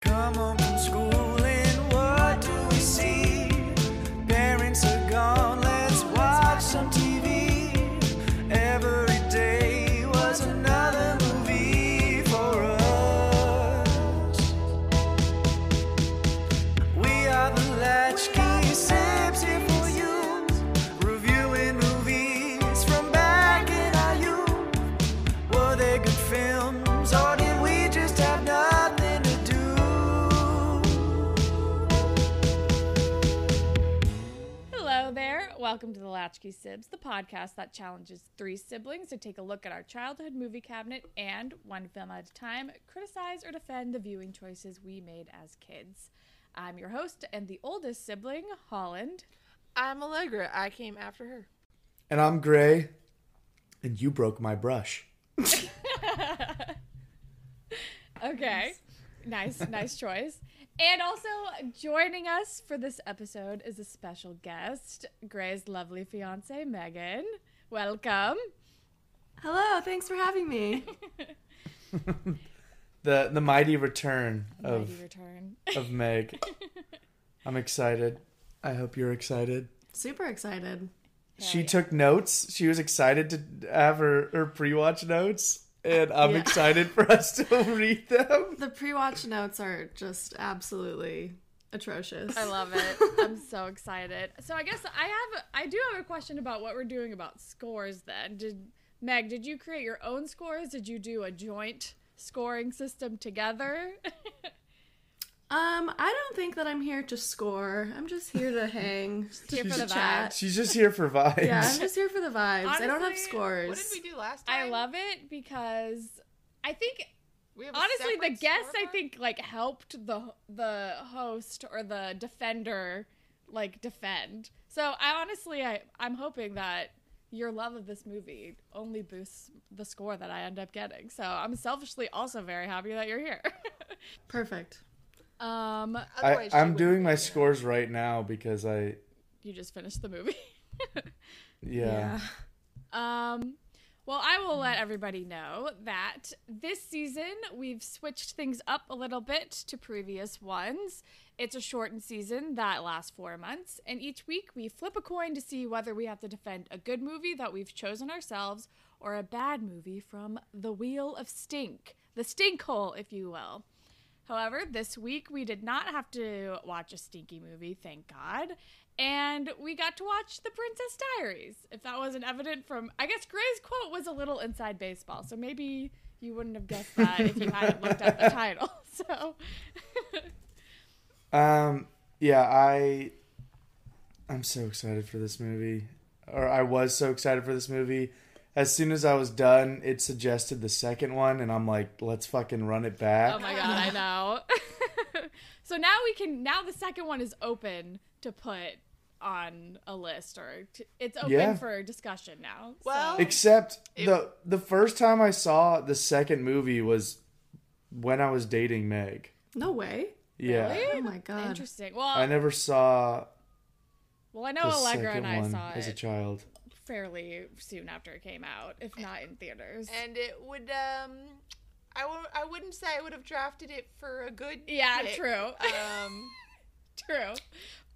Come home from school and what do we see? Parents are gone, let's watch some TV. Every day was another movie for us. We are the latchkey sips here for you, reviewing movies from back in our youth. Were they good films, or did we just have nothing to do? Hello there. Welcome to the Latchkey Sibs, the podcast that challenges three siblings to take a look at our childhood movie cabinet and, one film at a time, criticize or defend the viewing choices we made as kids. I'm your host and the oldest sibling, Holland. I'm Allegra. I came after her. And I'm gray, and you broke my brush. Okay. Nice, nice choice. And also joining us for this episode is a special guest, Gray's lovely fiance, Megan. Welcome. Hello, thanks for having me. The the mighty return of Mighty return. of Meg. I'm excited. I hope you're excited. Super excited. she took notes. She was excited to have her, her pre-watch notes, and I'm Yeah. excited for us to read them. The pre-watch notes are just absolutely atrocious. I love it. I'm so excited. So I guess I have I do have a question about what we're doing about scores then. Did Meg, did you create your own scores? Did you do a joint scoring system together? Um, I don't think that I'm here to score. I'm just here to hang, just here to for the chat. She's just here for vibes. Yeah, I'm just here for the vibes. I don't have Honestly, scores. What did we do last time? I love it because I think We have a honestly the separate guest I scorecard? think like helped the the host or the defender like defend. So I honestly I I'm hoping that your love of this movie only boosts the score that I end up getting. So I'm selfishly also very happy that you're here. Perfect. um I, Otherwise, she I'm wouldn't doing be my here. scores right now because I you just finished the movie. yeah. Um, well, I will let everybody know that this season we've switched things up a little bit to previous ones. It's a shortened season that lasts four months, and each week we flip a coin to see whether we have to defend a good movie that we've chosen ourselves or a bad movie from the Wheel of Stink, the stink hole, if you will. However, this week we did not have to watch a stinky movie, thank God. And we got to watch The Princess Diaries. If that wasn't evident from, I guess Gray's quote was a little inside baseball, so maybe you wouldn't have guessed that if you hadn't looked up the title. So, Um, yeah, I I'm so excited for this movie. Or I was so excited for this movie. As soon as I was done, it suggested the second one and I'm like, let's fucking run it back. oh my God, I know. so now we can, now the second one is open to put on a list or t- it's open Yeah. for discussion now. so- Well, Except the the first time I saw the second movie was when I was dating Meg. No way. Yeah. Really? Oh my god. interesting. Well, I never saw well, I know the Allegra second and I one saw as a it. child. fairly soon after it came out, if not in theaters. And it would um, I w- I wouldn't say I would have drafted it for a good. yeah, pick. true, Um, true.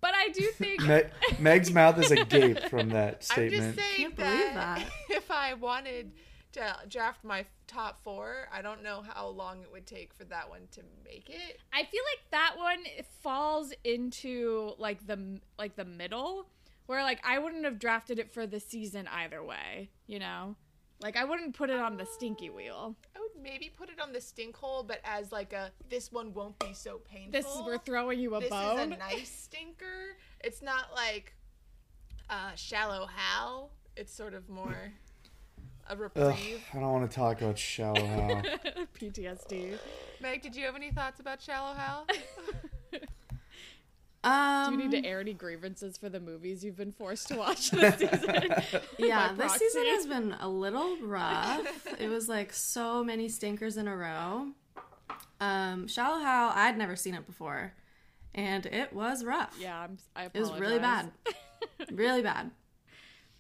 But I do think Me- Meg's mouth is agape from that I'm statement. just saying Can't believe if I wanted to draft my top four, I don't know how long it would take for that one to make it. I feel like that one falls into like the like the middle where like I wouldn't have drafted it for the season either way, you know? Like I wouldn't put it on the stinky wheel. I would maybe put it on the stink hole, but as like a this one won't be so painful. This is we're throwing you a Oh, this bone. is a nice stinker. It's not like uh, shallow Hal. It's sort of more a Ugh, reprieve. I don't want to talk about shallow how. PTSD. Meg, did you have any thoughts about shallow Hal? Do Um, you need to air any grievances for the movies you've been forced to watch this season? yeah, by this proxy? season has been a little rough. it was like so many stinkers in a row. Um, Shallow How, I'd never seen it before, and it was rough. yeah, I'm, I it was apologize. really bad, really bad.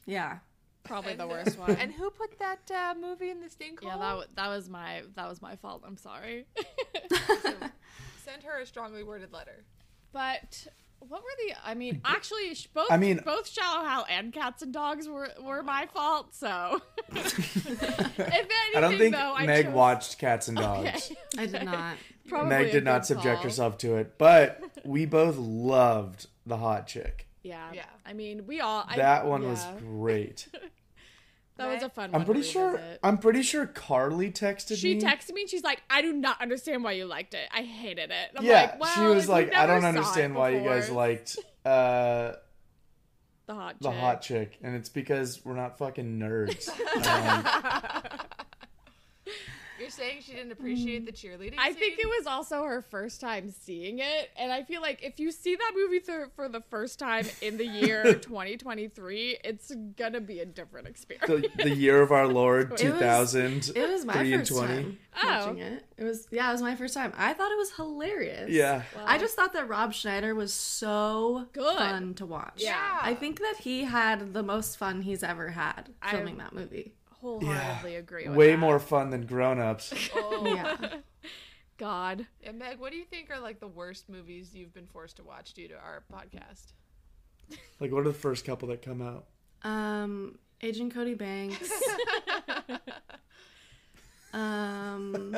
Yeah, Probably the And- worst one. and who put that uh, movie in the stink hole? Yeah, that wa that was my that was my fault. I'm sorry. Send her a strongly worded letter. But what were the? I mean, actually, sh- both I mean- Oh both Shallow Hal and Cats and Dogs were were my fault. So, if anything, I don't think though, I Meg chose- watched Cats and Dogs. Okay. I did not. Probably Meg a did not good subject call. herself to it, but we both loved the hot chick. Yeah. Yeah. I mean, we all. I, That one was yeah. great. That was a fun one. I'm to pretty sure. revisit. I'm pretty sure Carly texted She me. texted me and she's like, I do not understand why you liked it. I hated it. And I'm yeah, like, well, she was if you like, never I don't saw it understand why you guys before, liked uh, the hot the chick. hot chick, and it's because we're not fucking nerds. You're saying she didn't appreciate the cheerleading. I think it scene? was also her first time seeing it, and I feel like if you see that movie th- for the first time in the year 2023, it's gonna be a different experience. the, the year of our Lord, It two was- thousand. It was my Three and first 20. time Oh. watching it. It was yeah, it was my first time. I thought it was hilarious. Yeah, I just thought that Rob Schneider was so Good. fun to watch. Yeah. I think that he had the most fun he's ever had filming that movie. Wholeheartedly agree. With way that. more fun than Grown Ups. Oh, Yeah. God. Yeah, Meg, what do you think are like the worst movies you've been forced to watch due to our podcast? like, what are the first couple that come out? Um Agent Cody Banks. um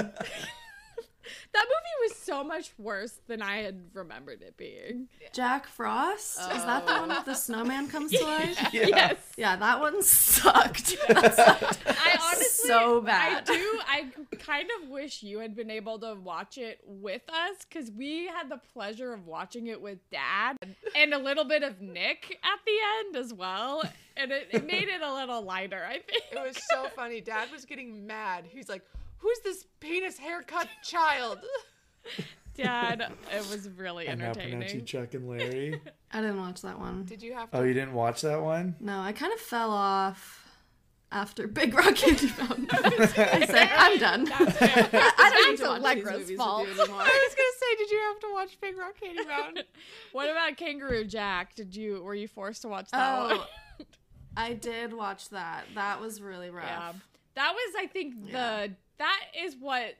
That movie was so much worse than I had remembered it being. Jack Frost. Is that the Oh. one that the snowman comes to life? Yeah. Yes. Yeah, that one sucked. That sucked I honestly so I bad. do. I kind of wish you had been able to watch it with us because we had the pleasure of watching it with Dad and a little bit of Nick at the end as well, and it, it made it a little lighter. I It think. was so funny. Dad was getting mad. He's like, "Who's this penis haircut child?" Dad, it was really I now pronounce you entertaining. Chuck and Larry. I didn't watch that one. Did you have to? oh, you didn't watch that one? No, I kind of fell off after Big Rock Candy Mountain. I said, I'm done. I don't need to watch these Allegra's movies with fault. you anymore. I was gonna say, did you have to watch Big Rock Candy Mountain? What about Kangaroo Jack? Did you were you forced to watch that one? Oh, I did watch that. That was really rough. Yeah. Um, That was, I think, the Yeah. that is what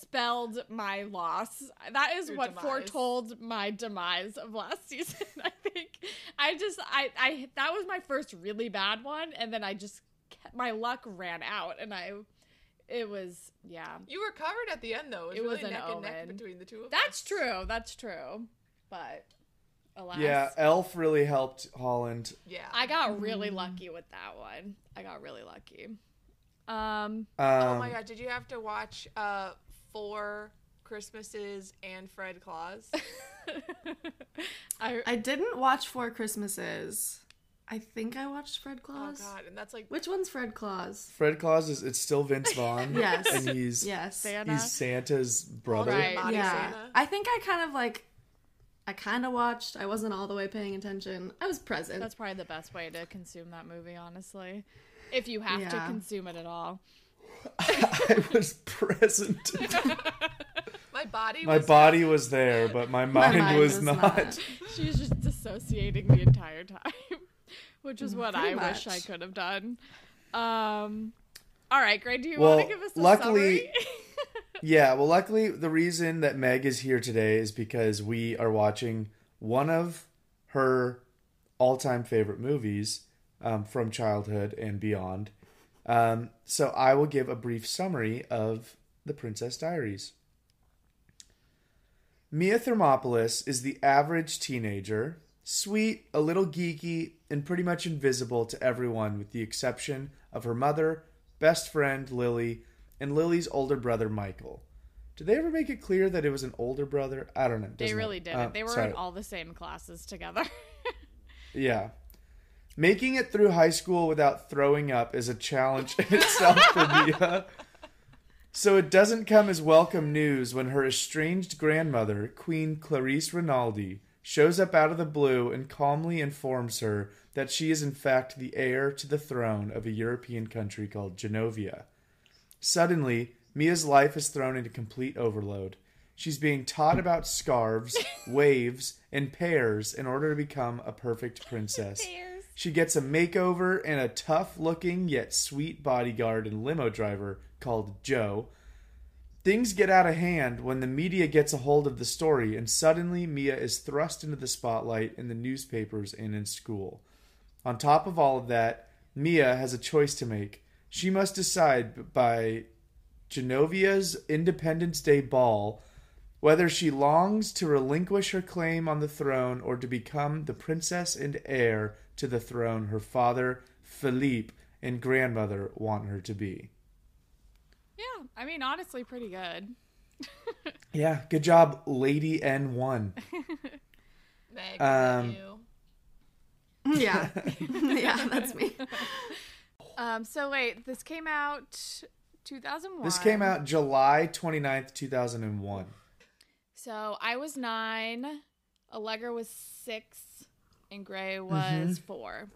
spelled my loss. That is Your what demise. foretold my demise of last season. I think I just I I that was my first really bad one, and then I just kept, my luck ran out, and I it was yeah. You were covered at the end though. It was, It was really an neck and neck omen. between the two of That's us. true. That's true. But alas, Yeah, Elf really helped Holland. Yeah. I got really lucky with that one. I got really lucky. Um. Um, oh my god, did you have to watch uh four Christmases and Fred Claus? Oh, I, I didn't watch Four Christmases. I think I watched Fred oh Claus. god, and that's like Which one's Fred Claus? Fred Claus is it's still Vince Vaughn. Yes. and he's Yes. Santa. he's Santa's brother. Right. Body yeah. Santa. I think I kind of like. I kind of watched. I wasn't all the way paying attention. I was present. That's probably the best way to consume that movie, honestly. If you have to Yeah. consume it at all. I was present. my body my was body was there, but my My mind, mind was, not. She's just dissociating the entire time, which is what Mm, Pretty I wish I much. could have done. Um, all right, Greg, do you Well, want to give us a luckily- summary? Yeah, well, luckily the reason that Meg is here today is because we are watching one of her all-time favorite movies um, from childhood and beyond. Um, so I will give a brief summary of The Princess Diaries. Mia Thermopolis is the average teenager, sweet, a little geeky, and pretty much invisible to everyone with the exception of her mother, best friend Lily, and Lily's older brother Michael. Did they ever make it clear that it was an older brother? I don't know. they Doesn't really matter. didn't. Uh, they were sorry. in all the same classes together. Yeah. Making it through high school without throwing up is a challenge in itself for Mia. So it doesn't come as welcome news when her estranged grandmother, Queen Clarice Rinaldi, shows up out of the blue and calmly informs her that she is in fact the heir to the throne of a European country called Genovia. Suddenly, Mia's life is thrown into complete overload. She's being taught about scarves, waves, and pears in order to become a perfect princess. She gets a makeover and a tough looking yet sweet bodyguard and limo driver called Joe. Things get out of hand when the media gets a hold of the story, and suddenly Mia is thrust into the spotlight in the newspapers and in school. On top of all of that, Mia has a choice to make. She must decide by Genovia's Independence Day ball whether she longs to relinquish her claim on the throne or to become the princess and heir to the throne her father, Philippe, and grandmother want her to be. Yeah, I mean, honestly, pretty good. Yeah, good job, Lady N1. Meg, was that Um, you? Yeah. yeah, that's me. Um, so wait, this came out 2001. This came out July 29th, 2001. So I was nine, Allegra was six, and Gray was Mm-hmm. four.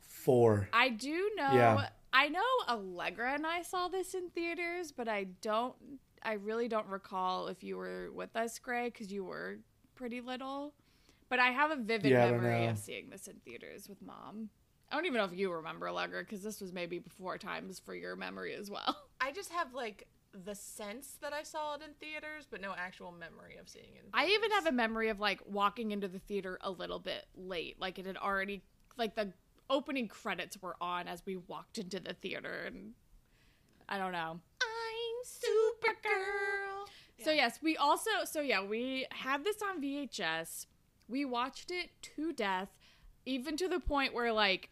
Four. I do know. Yeah. I know Allegra and I saw this in theaters, but I don't. I really don't recall if you were with us, Gray, because you were pretty little. But I have a vivid Yeah, I don't memory know. of seeing this in theaters with mom. I don't even know if you remember Allegra, because this was maybe before times for your memory as well. I just have like the sense that I saw it in theaters, but no actual memory of seeing it. In I even have a memory of like walking into the theater a little bit late. Like it had already, like the opening credits were on as we walked into the theater. And I don't know. I'm Supergirl. So, yes, we also, so yeah, we had this on VHS. We watched it to death, even to the point where like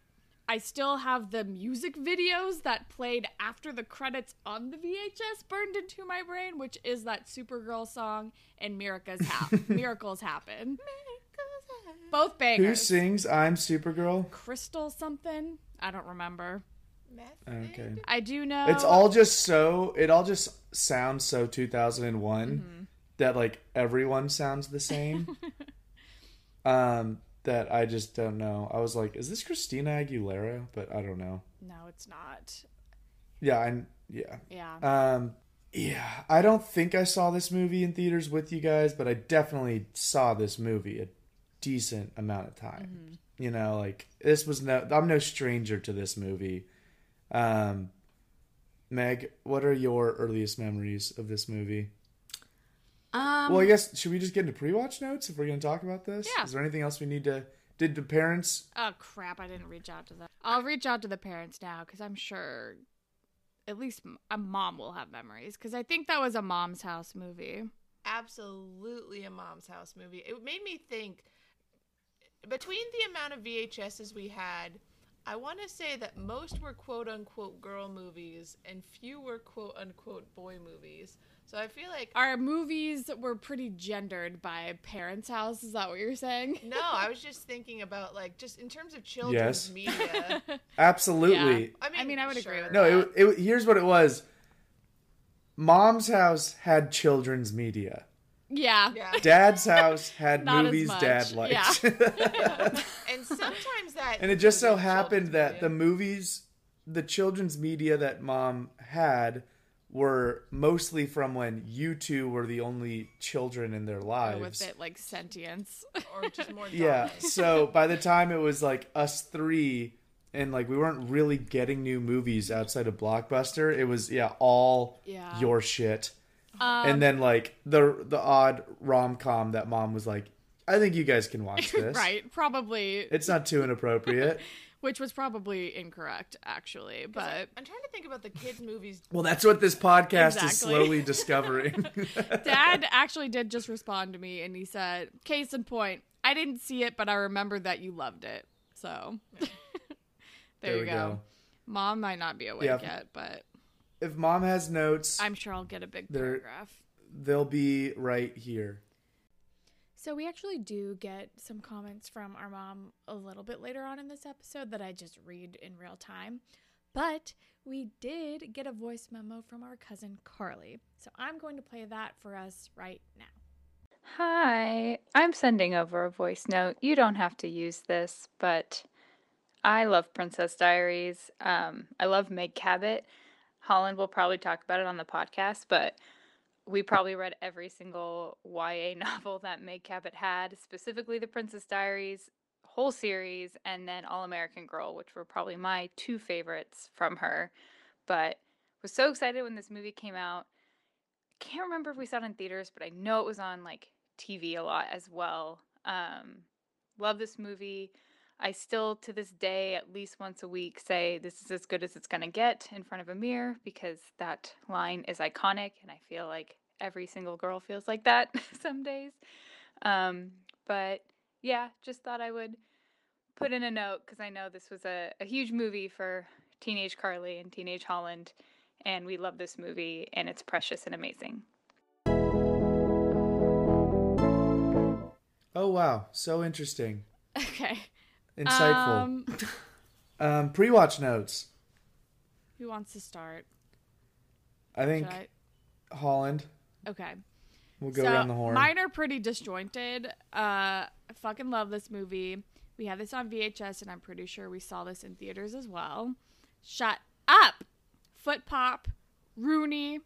I still have the music videos that played after the credits on the VHS burned into my brain, which is that Supergirl song and Miracles, hap- Miracles Happen. Both bangers. Who sings I'm Supergirl? Crystal something? I don't remember. Method. Okay. I do know. It's all just so, it all just sounds so 2001 that like everyone sounds the same. um, that I just don't know. I was like, is this Christina Aguilera? But I don't know. No, it's not. Yeah, I'm, yeah. Yeah. Um, yeah, I don't think I saw this movie in theaters with you guys, but I definitely saw this movie a decent amount of time. Mm-hmm. You know, like this was no, I'm no stranger to this movie. Um, Meg, what are your earliest memories of this movie? Um, well, I guess should we just get into pre-watch notes if we're going to talk about this? Yeah. Is there anything else we need to? Did the parents? Oh crap! I didn't reach out to them. I'll reach out to the parents now because I'm sure, at least m- a mom will have memories because I think that was a mom's house movie. Absolutely a mom's house movie. It made me think between the amount of VHSs we had, I want to say that most were quote unquote girl movies and few were quote unquote boy movies. So I feel like Our movies were pretty gendered by parents' house. Is that what you're saying? no, I was just thinking about like just in terms of children's Yes. media. Absolutely. Yeah. I mean, I, would agree with that. sure. No, it, it, here's what it was. Mom's house had children's media. Yeah. Yeah. Dad's house had Not as movies much, dad liked. And sometimes that and it just so included happened children's that media. the movies, the children's media that mom had were mostly from when you two were the only children in their Or lives. With Oh, it like sentience. or just more Yeah. dominant. So by the time it was like us three and like we weren't really getting new movies outside of Blockbuster, it was yeah, all Yeah. Um, your shit. and then like the the odd rom com that mom was like, I think you guys can watch this. right. Probably, It's not too inappropriate. which was probably incorrect actually, but I'm trying to think about the kids movies. well, that's what this podcast Exactly. is slowly discovering. Dad actually did just respond to me and he said, Case in point, I didn't see it, but I remember that you loved it. So there, you we go. Mom might not be awake Yeah. yet, but If mom has notes, I'm sure I'll get a big There- paragraph. they'll be right here. So we actually do get some comments from our mom a little bit later on in this episode that I just read in real time. But we did get a voice memo from our cousin Carly. So I'm going to play that for us right now. Hi, I'm sending over a voice note. You don't have to use this, but I love Princess Diaries. Um, I love Meg Cabot. Holland will probably talk about it on the podcast, but we probably read every single YA novel that Meg Cabot had, specifically the Princess Diaries whole series, and then All American Girl, which were probably my two favorites from her. But was so excited when this movie came out can't remember if we saw it in theaters, but I know it was on like TV a lot as well. Um, love this movie. I still, to this day, at least once a week, say this is as good as it's going to get in front of a mirror because that line is iconic. And I feel like every single girl feels like that some days. Um, but yeah, just thought I would put in a note because I know this was a, a huge movie for teenage Carly and teenage Holland. And we love this movie, and it's precious and amazing. Oh wow, so interesting, Okay. insightful. Um, Um, pre-watch notes. who wants to start? I think Should I? Holland. Okay. We'll go down the horn. Mine are pretty disjointed. Uh, fucking love this movie. We had this on VHS, and I'm pretty sure we saw this in theaters as well. Shut up, Foot Pop, Rooney,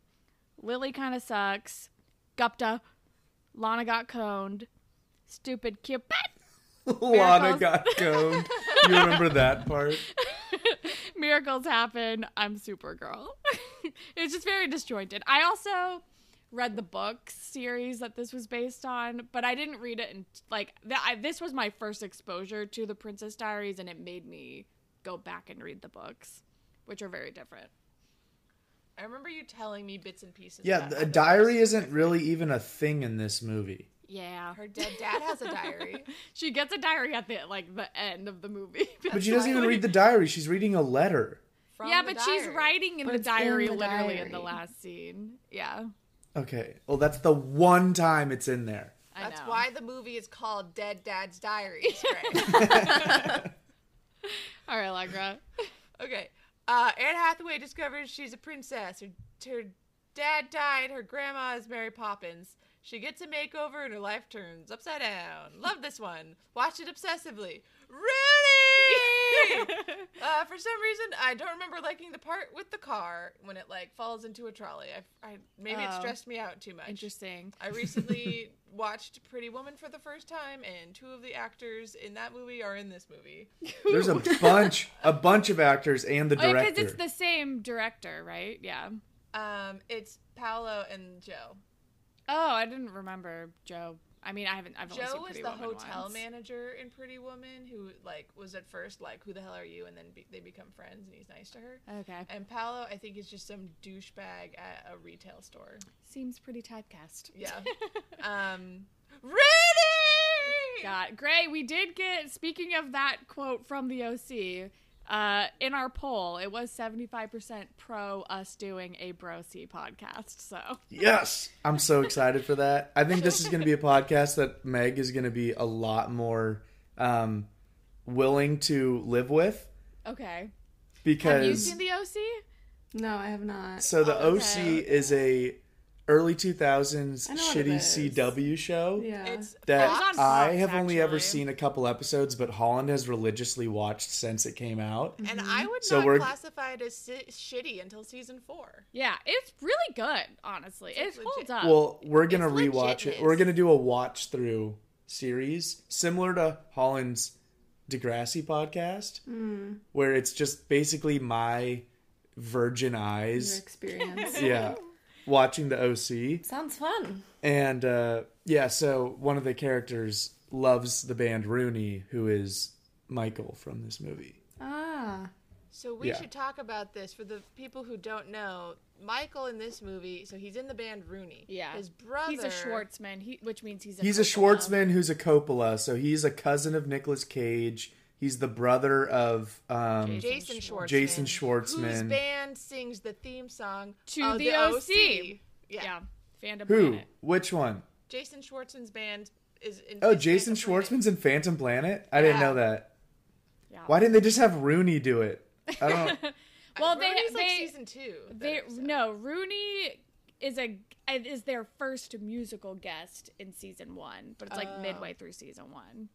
Lily kind of sucks, Gupta, Lana got coned, stupid Cupid, Lana Miracles. got coned. you remember that part? miracles happen. I'm Supergirl. it was just very disjointed. I also read the book series that this was based on, but I didn't read it. And like th- I, this was my first exposure to the Princess Diaries, and it made me go back and read the books, which are very different. I remember you telling me bits and pieces. Yeah, about the- how a that diary isn't really even a thing in this movie. Yeah, Her dead dad has a diary. she gets a diary at the like the end of the movie. But she doesn't even read the diary. She's reading a letter. from yeah, the but she's diary. writing in But the it's in diary the literally in diary. the last scene. Yeah, Okay. Well, that's the one time it's in there. I That's know. why the movie is called Dead Dad's Diaries. Right? All right, Allegra. Okay. Uh, Anne Hathaway discovers she's a princess. Her, her dad died. Her grandma is Mary Poppins. She gets a makeover and her life turns upside down. Love this one. Watch it obsessively. Rudy! uh, for some reason, I don't remember liking the part with the car when it like falls into a trolley. I, I maybe it Oh. stressed me out too much. Interesting. I recently watched Pretty Woman for the first time, and two of the actors in that movie are in this movie. There's a bunch, a bunch of actors and the Oh, director. because it's the same director, right? Yeah. Um, it's Paolo and Joe. Oh, I didn't remember Joe. I mean, I haven't. I've only seen Joe was Pretty the Woman hotel once. manager in Pretty Woman who like was at first like who the hell are you and then be- they become friends and he's nice to her. Okay, And Paolo I think is just some douchebag at a retail store. seems pretty typecast. Yeah. um Rudy! God, Gray, we did get. Speaking of that quote from the OC, uh, in our poll, it was seventy five percent pro us doing a Bro C podcast. So Yes. I'm so excited for that. I think this is going to be a podcast that Meg is going to be a lot more um, willing to live with okay, have because you seen the OC? No, I have not. so the Oh, okay. OC is a early 2000s I know what it shitty is. CW show. Yeah. It's That It was on Fox, I have only ever actually. seen a couple episodes, but Holland has religiously watched since it came out. and I would So not we're- classify it as si- shitty until season 4. Yeah, it's really good. Honestly, It's it holds legit. up. Well, we're gonna Uh, it's rewatch it. legitness. We're gonna do a watch through series similar to Holland's Degrassi podcast, Hmm. where it's just basically my virgin Your eyes. experience. Yeah, watching the OC Sounds fun. and uh, yeah. So one of the characters loves the band Rooney, who is Michael from this movie. Ah. So we Yeah. should talk about this for the people who don't know. Michael in this movie, so he's in the band Rooney. yeah, His brother He's a Schwartzman, he, which means he's a He's a Coppola. Schwartzman who's a Coppola, so he's a cousin of Nicolas Cage. He's the brother of um, Jason Schwartzman. Jason Whose Schwartzman. band sings the theme song To of the OC. Yeah. Yeah, fandom. Who? planet. Which one? Jason Schwartzman's band is in Oh, is Jason Phantom Planet. Schwartzman's in Phantom Planet? I didn't Yeah. know that. Yeah. Why didn't they just have Rooney do it? I don't Well, they Rooney's they like season two. that they episode. no Rooney is a is their first musical guest in season one, but it's like Oh. midway through season one.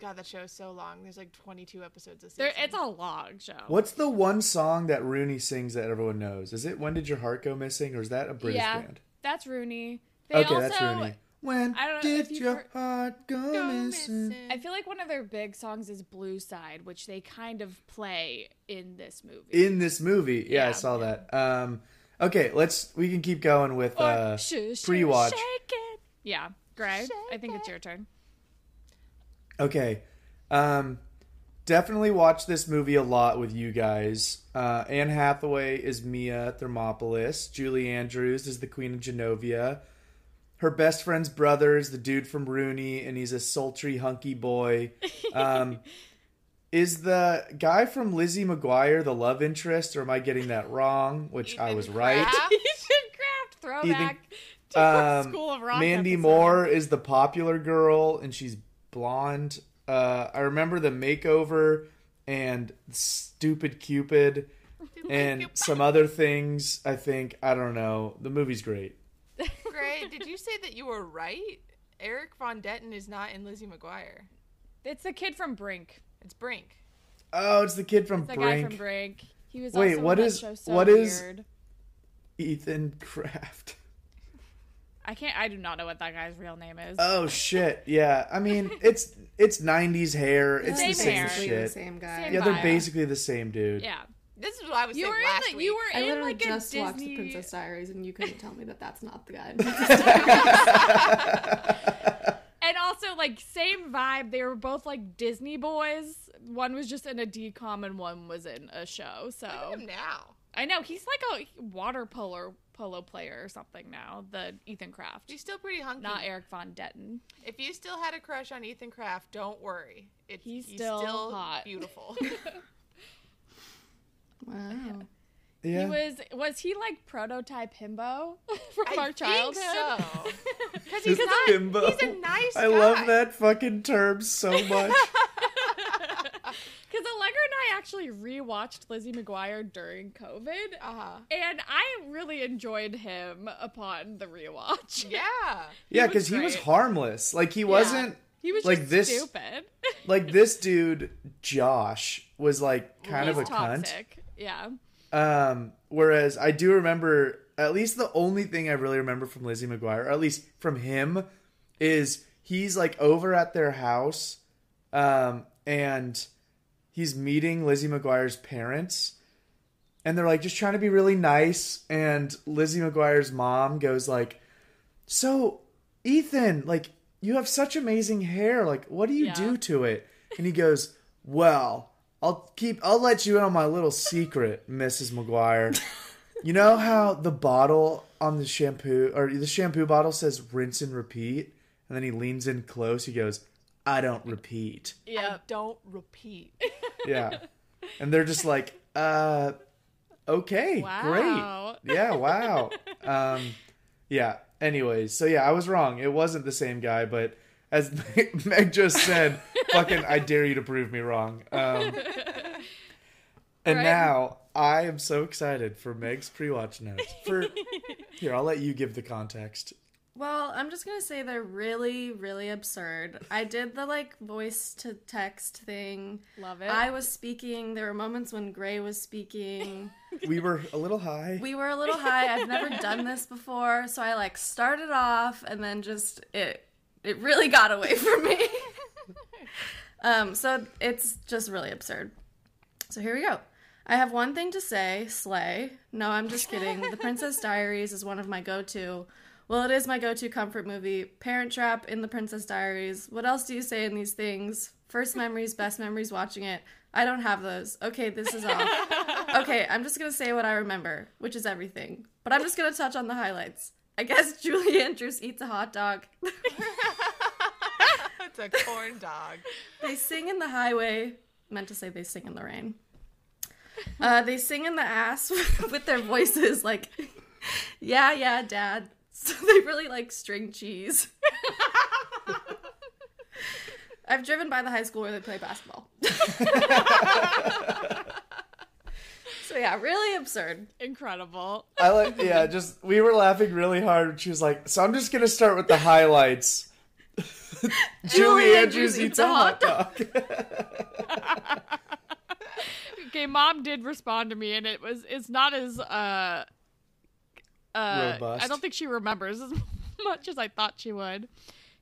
God, that show is so long. There's like 22 episodes this There, season. it's a long show. What's the one song that Rooney sings that everyone knows? Is it When Did Your Heart Go Missing or is that a British yeah, band? that's Rooney. They Okay, also, that's Rooney. When I don't know if did you've your heard- heart go, missing? I feel like one of their big songs is Blue Side, which they kind of play in this movie. In this movie. Yeah, I Yeah. saw that. Um Okay, let's we can keep going with Or uh shoo, shoo, pre-watch. Shake it. Yeah, Gray. I think it's your turn. Okay. Um definitely watch this movie a lot with you guys. Uh Anne Hathaway is Mia Thermopolis, Julie Andrews is the Queen of Genovia. Her best friend's brother is the dude from Rooney and he's a sultry hunky boy. Um Is the guy from Lizzie McGuire the love interest, or am I getting that wrong? Which I Ethan was right. Kraft? Ethan Kraft throwback to our Um, School of Rock. Mandy episode. Moore is the popular girl, and she's blonde. Uh, I remember the makeover and stupid Cupid and some other things. I think I don't know. The movie's great. Gray, did you say that you were right? Eric Von Detten is not in Lizzie McGuire. It's the kid from Brink. It's Brink. Oh, it's the kid from The guy Brink. from Brink. He was Wait, also what in that is- show so what is- weird. Ethan Kraft. I can't. I do not know what that guy's real name is. Oh shit! Yeah, I mean it's it's '90s hair. It's Same the same hair. The shit. same guy. Same Yeah, they're bio. basically the same dude. yeah. This is what I was You saying were last in like week. you were I in literally like a just Disney. watched The Princess Diaries, and you couldn't tell me that that's not the guy. And also like same vibe. They were both like Disney boys. One was just in a decom and one was in a show. Look So at him now. I know he's like a water polo polo player or something now. The Ethan Kraft, He's still pretty hunky. not Eric Von Detten. If you still had a crush on Ethan Kraft, don't worry. It's, He's still hot. beautiful. wow. Yeah. He was was he like prototype himbo from I our think childhood? so. Because he's Just not. bimbo. He's a nice I guy. love that fucking term so much. Because Allegra and I actually rewatched Lizzie McGuire during COVID, um, Uh huh. and I really enjoyed him upon the rewatch. Yeah. yeah, was because he was great. harmless. Like he wasn't He was Like just this- stupid. like this dude Josh was like kind He's of a toxic. Yeah. cunt. Um, whereas I do remember at least the only thing I really remember from Lizzie McGuire, or at least from him, is he's like over at their house, um, and he's meeting Lizzie McGuire's parents. and they're like just trying to be really nice and lizzie mcguire's mom goes like so ethan like you have such amazing hair like what do you Yeah. do to it and he goes well i'll keep i'll let you in on my little secret mrs mcguire you know how the bottle on the shampoo or the shampoo bottle says rinse and repeat and then he leans in close he goes i don't repeat Yeah. I don't repeat. yeah. And they're just like, uh, okay, Wow. great. Yeah, wow. Um, yeah. Anyways, so yeah, I was wrong. It wasn't the same guy, but as Meg just said, fucking, I dare you to prove me wrong. Um, and Right. now I am so excited for Meg's pre-watch notes. For here, I'll let you give the context. Well, I'm just gonna say they're really, really absurd. I did the like voice to text thing. Love it. I was speaking. There were moments when Gray was speaking. We were a little high. We were a little high. I've never done this before, so I like started off and then just it it really got away from me. um, so it's just really absurd. So here we go. I have one thing to say, Slay. No, I'm just kidding. The Princess Diaries is one of my go-to. Well, it is my go-to comfort movie. Parent Trap in The Princess Diaries. What else do you say in these things? First memories, best memories watching it. I don't have those. Okay, this is off. Okay, I'm just gonna say what I remember, which is everything. But I'm just gonna touch on the highlights. I guess Julie Andrews eats a hot dog. It's a corn dog. they sing in the highway. Meant to say they sing in the rain. Uh, they sing in the ass with their voices, like, yeah, yeah, dad. So they really like string cheese. I've driven by the high school where they play basketball. so yeah, really absurd. Incredible. I like, yeah, just we were laughing really hard. She was like, "So I'm just gonna start with the highlights." Julie Andrews eats a hot dog. Okay, mom did respond to me, and it was it's not as uh uh Robust. I don't think she remembers as much as I thought she would.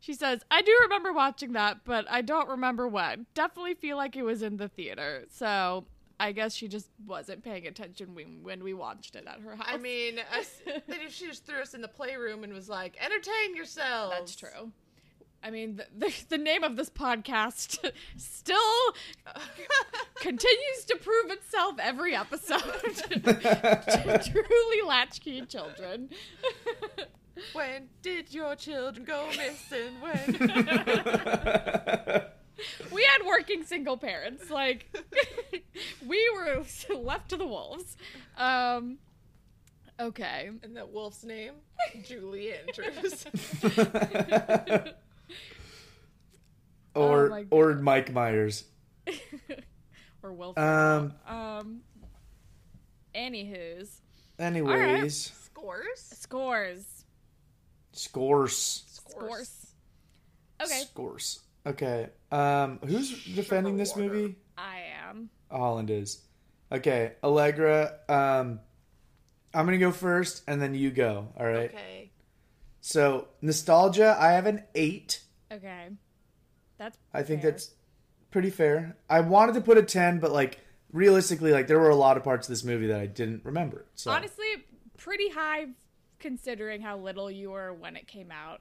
She says, "I do remember watching that, but I don't remember when. Definitely feel like it was in the theater." So I guess she just wasn't paying attention when, when we watched it at her house. I mean, us, they just, she just threw us in the playroom and was like, "Entertain yourselves." that's true. I mean, the, the, the name of this podcast still Uh, continues to prove itself every episode. Truly latchkey children. When did your children go missing? When? we had working single parents. Like we were left to the wolves. Um, okay. and that wolf's name, Julie Andrews. or Oh my God. or Mike Myers. Or wolf. Um. Um. Anywho's Anyways, Scores. scores. scores. Scores. Okay, Scores. Okay. Um. Who's defending this water. movie? I am. Holland is. Okay, Allegra. Um, I'm gonna go first, and then you go. All right. Okay. So nostalgia. I have an eight. Okay. That's. I think fair. that's pretty fair. I wanted to put a ten, but like realistically, like there were a lot of parts of this movie that I didn't remember. So honestly pretty high considering how little you were when it came out.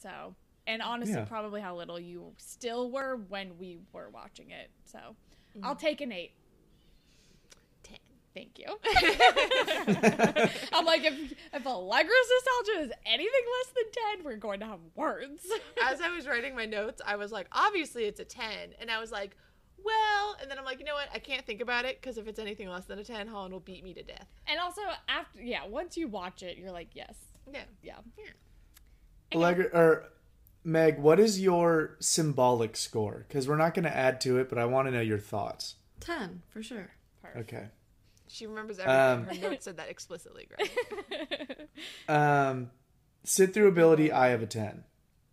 So, and honestly, Yeah. probably how little you still were when we were watching it. So, I'll take an eight. Ten. Thank you. I'm like, if, if Allegra's nostalgia is anything less than 10, we're going to have words. As I was writing my notes, I was like, obviously it's a 10. And I was like, well, and then I'm like, you know what? I can't think about it because if it's anything less than a 10, Holland will beat me to death. and also, after, yeah, once you watch it, you're like, yes, Yeah. yeah. Allegra or Meg, what is your symbolic score? Because we're not gonna add to it, but I want to know your thoughts. 10 for sure. Okay. She remembers everything. Her notes said that explicitly, Greg. Um, sit through ability. I have a ten.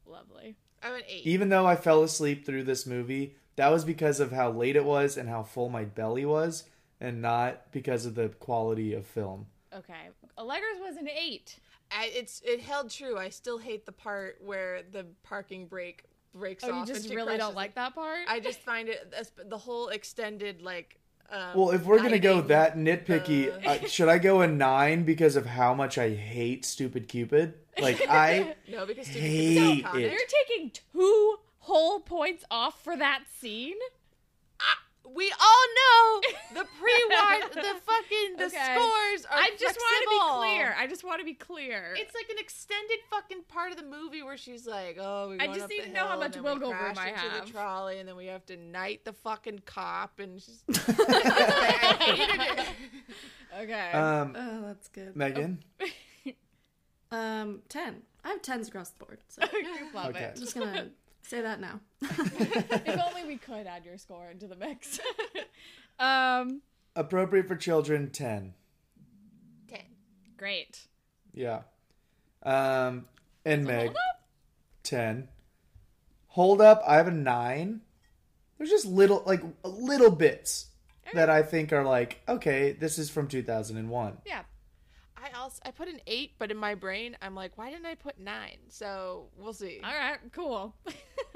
Lovely. I'm an 8. even though I fell asleep through this movie, that was because of how late it was and how full my belly was, and not because of the quality of film. Okay. Allegra's was an eight. I, it's it held true. I still hate the part where the parking brake breaks Oh, off. you and just she really don't crashes like that part? in- I just find it that's- the whole extended like. Um, Well, if we're gonna go lighting- that nitpicky, uh, should I go a nine because of how much I hate Stupid Cupid? Like I no, because Stupid hate Cupid's iconic. it. You're taking two whole points off for that scene. We all know the pre-wise, the fucking the Okay. scores are. I just want to be flexible. clear. I just want to be clear. It's like an extended fucking part of the movie where she's like, "Oh, we I going just up need the to know how hill, much and then we wiggle room crash I into have. The trolley, and then we have to knight the fucking cop, and she's. I hated it. okay. um Oh, that's good. Megan. Um, 10. I have 10s across the board. So I'm You love okay. it. just going to say that now. if only we could add your score into the mix. um, Appropriate for children, ten. Ten. great. Yeah. Um and Meg. Ten. Hold up, I have a nine. There's just little like little bits that I think are like, okay, this is from two thousand and one. Yeah. I also I put an eight, but in my brain I'm like, why didn't I put nine? So we'll see. All right. Cool.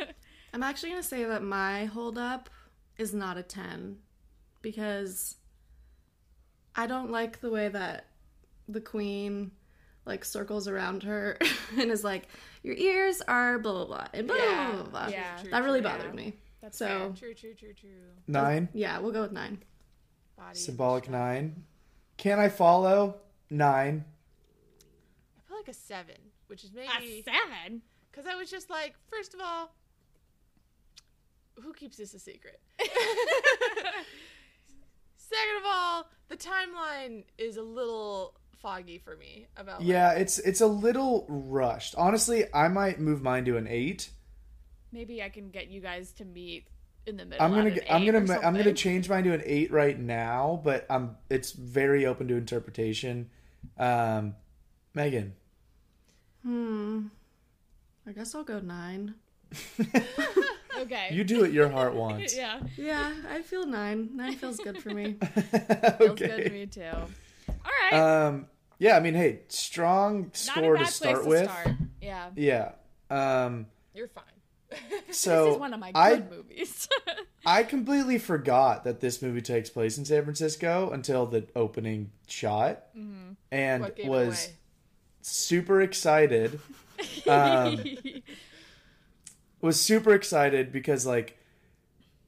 I'm actually going to say that my holdup is not a 10 because I don't like the way that the queen like circles around her and is like, your ears are blah, blah, blah, and blah, Yeah, blah, blah, blah. yeah. that really True, true, bothered yeah. me. That's so, fair. True, true, true, true. Nine. yeah, we'll go with nine. Body. Symbolic nine. Can I follow? Nine. I put like a seven, which is A maybe seven. because I was just like, first of all, who keeps this a secret? Second of all, the timeline is a little foggy for me about. like- Yeah, it's it's a little rushed. Honestly, I might move mine to an eight. Maybe I can get you guys to meet in the middle. I'm at gonna an g- I'm eight gonna or ma- I'm gonna something. change mine to an eight right now, but I'm it's very open to interpretation. Um, Megan, Hmm. I guess I'll go nine. Okay. you do what your heart wants. yeah. Yeah, I feel nine. Nine feels good for me. Feels good to me too. All right. Um, yeah, I mean, hey, strong Not score a bad to start place with. to start. Yeah. Yeah. Um, you're fine. so this is one of my good I movies. I completely forgot that this movie takes place in San Francisco until the opening shot, Mm-hmm. and What gave it was away? super excited. Um, was super excited because like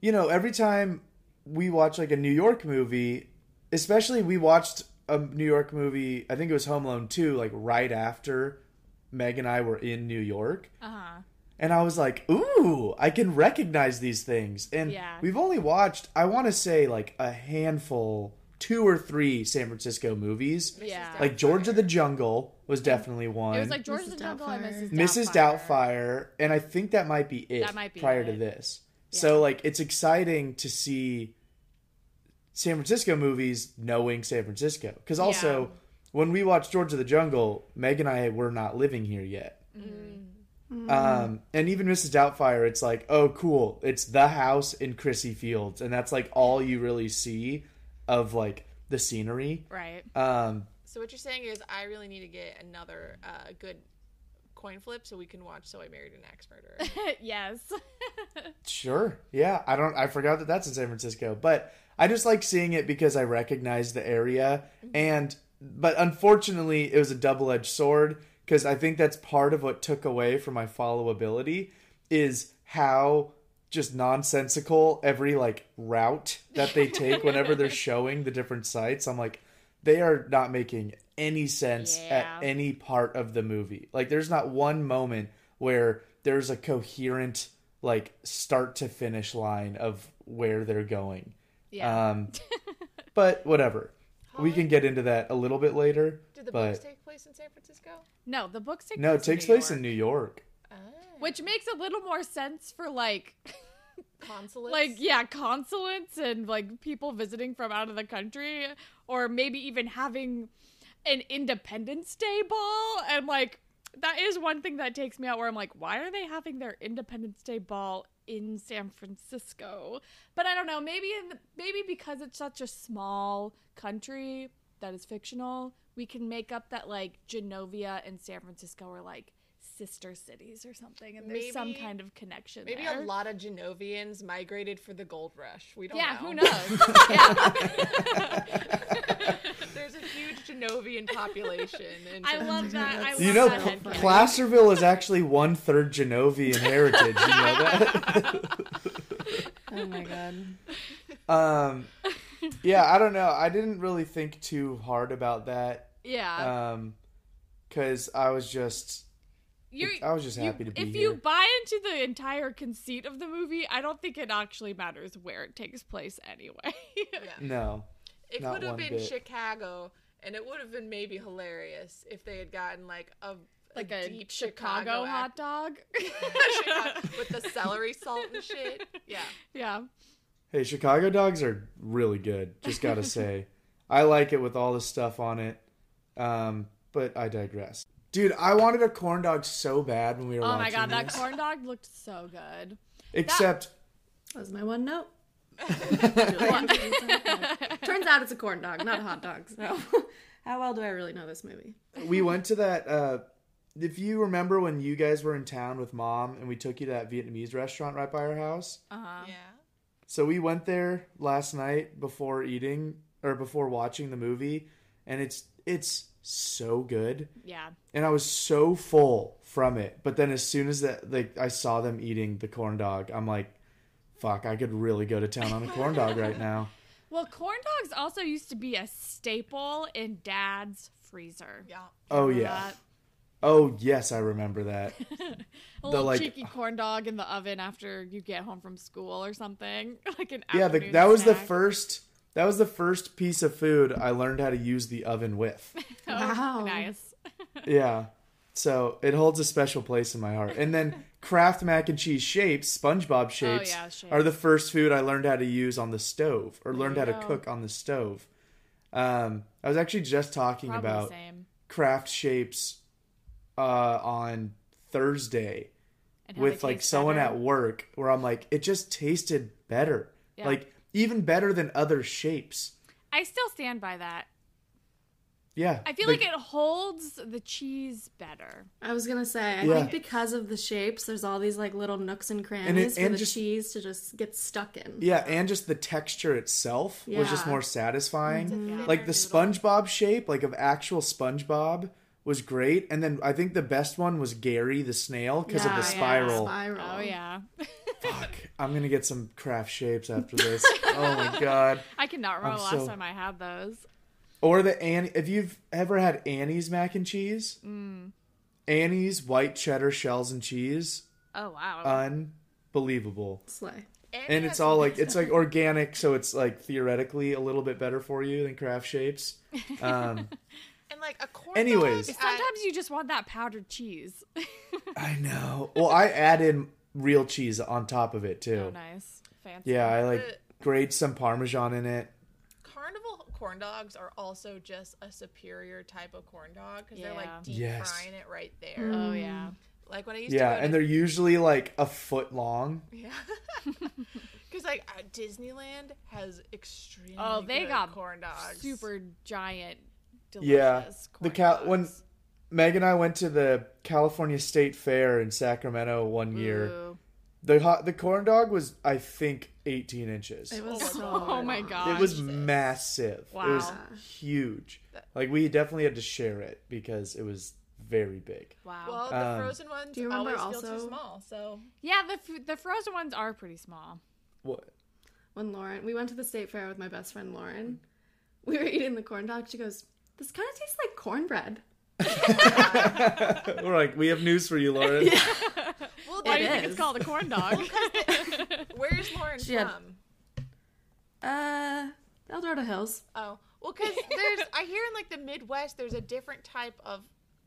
you know every time we watch like a new york movie especially we watched a new york movie i think it was home alone 2 like right after meg and i were in new york uh-huh. and i was like ooh i can recognize these things and Yeah. we've only watched i want to say like a handful two or three san francisco movies Yeah. like george of the jungle was definitely one It was like George Mrs. the Jungle and Doubtfire. Mrs. Mrs. Doubtfire, and I think that might be it That might be prior to it. this. So like it's exciting to see San Francisco movies knowing San Francisco. Because also Yeah. when we watched George of the Jungle, Meg and I were not living here yet. Mm-hmm. Um, and even Mrs. Doubtfire, it's like, oh cool, it's the house in Chrissy Fields, and that's like all you really see of like the scenery. Right. Um, So what you're saying is, I really need to get another uh, good coin flip so we can watch "So I Married an Axe Murderer." yes. Sure. Yeah. I don't, I forgot that that's in San Francisco, but I just like seeing it because I recognize the area. And, but unfortunately, it was a double edged sword because I think that's part of what took away from my followability is how just nonsensical every like route that they take whenever they're showing the different sites. I'm like, they are not making any sense Yeah. at any part of the movie. Like there's not one moment where there's a coherent like start to finish line of where they're going. Yeah. Um but whatever. We can get into that a little bit later. Did the but books take place in San Francisco? no, the book takes no, it place in takes New place York, in New York. Ah, which makes a little more sense for like consulates. like yeah, consulates and like people visiting from out of the country or maybe even having an Independence Day ball and like that is one thing that takes me out where I'm like, why are they having their Independence Day ball in San Francisco? But I don't know, maybe in the, maybe because it's such a small country that is fictional, we can make up that like Genovia and San Francisco are like sister cities or something and there's some Maybe- kind of connection Maybe there. a lot of Genovians migrated for the gold rush. We don't. yeah, know. who knows? yeah. There's a huge Genovian population. In I San love that. I love You know, that. Pl- headcanon. Placerville is actually one third Genovian heritage. You know that? Oh my god. Um, yeah, I don't know. I didn't really think too hard about that Yeah. um, because I was just you I was just happy to be If here. you buy into the entire conceit of the movie, I don't think it actually matters where it takes place anyway. no. It Not could have one been bit. Chicago, and it would have been maybe hilarious if they had gotten like a like a deep Chicago, Chicago, hot dog. Chicago with the celery salt and shit. Yeah, yeah. Hey, Chicago dogs are really good. Just gotta say, I like it with all the stuff on it. Um, but I digress. Dude, I wanted a corn dog so bad when we were Oh my watching god, that this. corn dog looked so good. Except That was my one note. Turns out it's a corn dog, not a hot dog. So, how well do I really know this movie? we went to that uh if you remember when you guys were in town with mom and we took you to that Vietnamese restaurant right by our house. Uh-huh. yeah. So we went there last night before eating or before watching the movie and it's it's so good. Yeah. And I was so full from it. But then as soon as that like I saw them eating the corn dog, I'm like fuck, I could really go to town on a corn dog right now. Well, corn dogs also used to be a staple in dad's freezer. yeah. Oh Remember yeah. that? Oh yes, I remember that. A little like- cheeky corn dog in the oven after you get home from school or something. Like an yeah, the, afternoon that was the snack. first. That was the first piece of food I learned how to use the oven with. Oh, Wow. Nice. yeah, so it holds a special place in my heart. And then Kraft mac and cheese shapes, SpongeBob shapes, Oh, yeah, shapes. are the first food I learned how to use on the stove or learned how you to go. cook on the stove. Um, I was actually just talking Probably about same. Kraft shapes uh, on Thursday And how they with like taste someone better. at work where I'm like, it just tasted better, Yeah. like even better than other shapes. I still stand by that. Yeah. I feel they- like it holds the cheese better. I was gonna say, I Yeah. think because of the shapes, there's all these like little nooks and crannies and for the just- cheese to just get stuck in. Yeah, and just the texture itself was just Yeah. more satisfying. thinner Like noodle. the SpongeBob shape, like of actual SpongeBob, was great. And then I think the best one was Gary the snail because of Yeah, the yeah, spiral. spiral. Oh yeah, Fuck, I'm gonna get some craft shapes after this. oh my god. I cannot remember the I'm last so- time I had those. Or the Annie. If you've ever had Annie's mac and cheese, Mm. Annie's white cheddar shells and cheese, Oh wow. unbelievable. Slay. and it's all like it's like organic, so it's like theoretically a little bit better for you than craft shapes. Um, and like a corn Anyways. dog at- Sometimes you just want that powdered cheese. I know. Well, I added real cheese on top of it too. oh nice, fancy. Yeah, I like grate some parmesan in it. carnival corn dogs are also just a superior type of corn dog because they're Yeah. like deep Yes. frying it right there. Oh yeah. Like when I used Yeah, to go and to they're usually like a foot long. because like uh, Disneyland has extremely Oh, they good got corn dogs. Super giant. Delicious Yeah, the corn cal- dogs. when Meg and I went to the California State Fair in Sacramento one year. Ooh. The hot, the corn dog was I think 18 inches. It was so. Oh my It gosh. was massive. It was Wow. huge. Like we definitely had to share it because it was very big. wow. Well, the Um, frozen ones you remember always feel too also- small. So yeah, the f- the frozen ones are pretty small. What? When Lauren, we went to the state fair with my best friend Lauren. We were eating the corn dog. She goes, "This kind of tastes like cornbread." We're like, we have news for you, Lauren. well, Why It do you think it's is. called a corn dog? where's Lauren She from? had- Uh, El Dorado Hills. Oh, well, because there's I hear in like the Midwest there's a different type of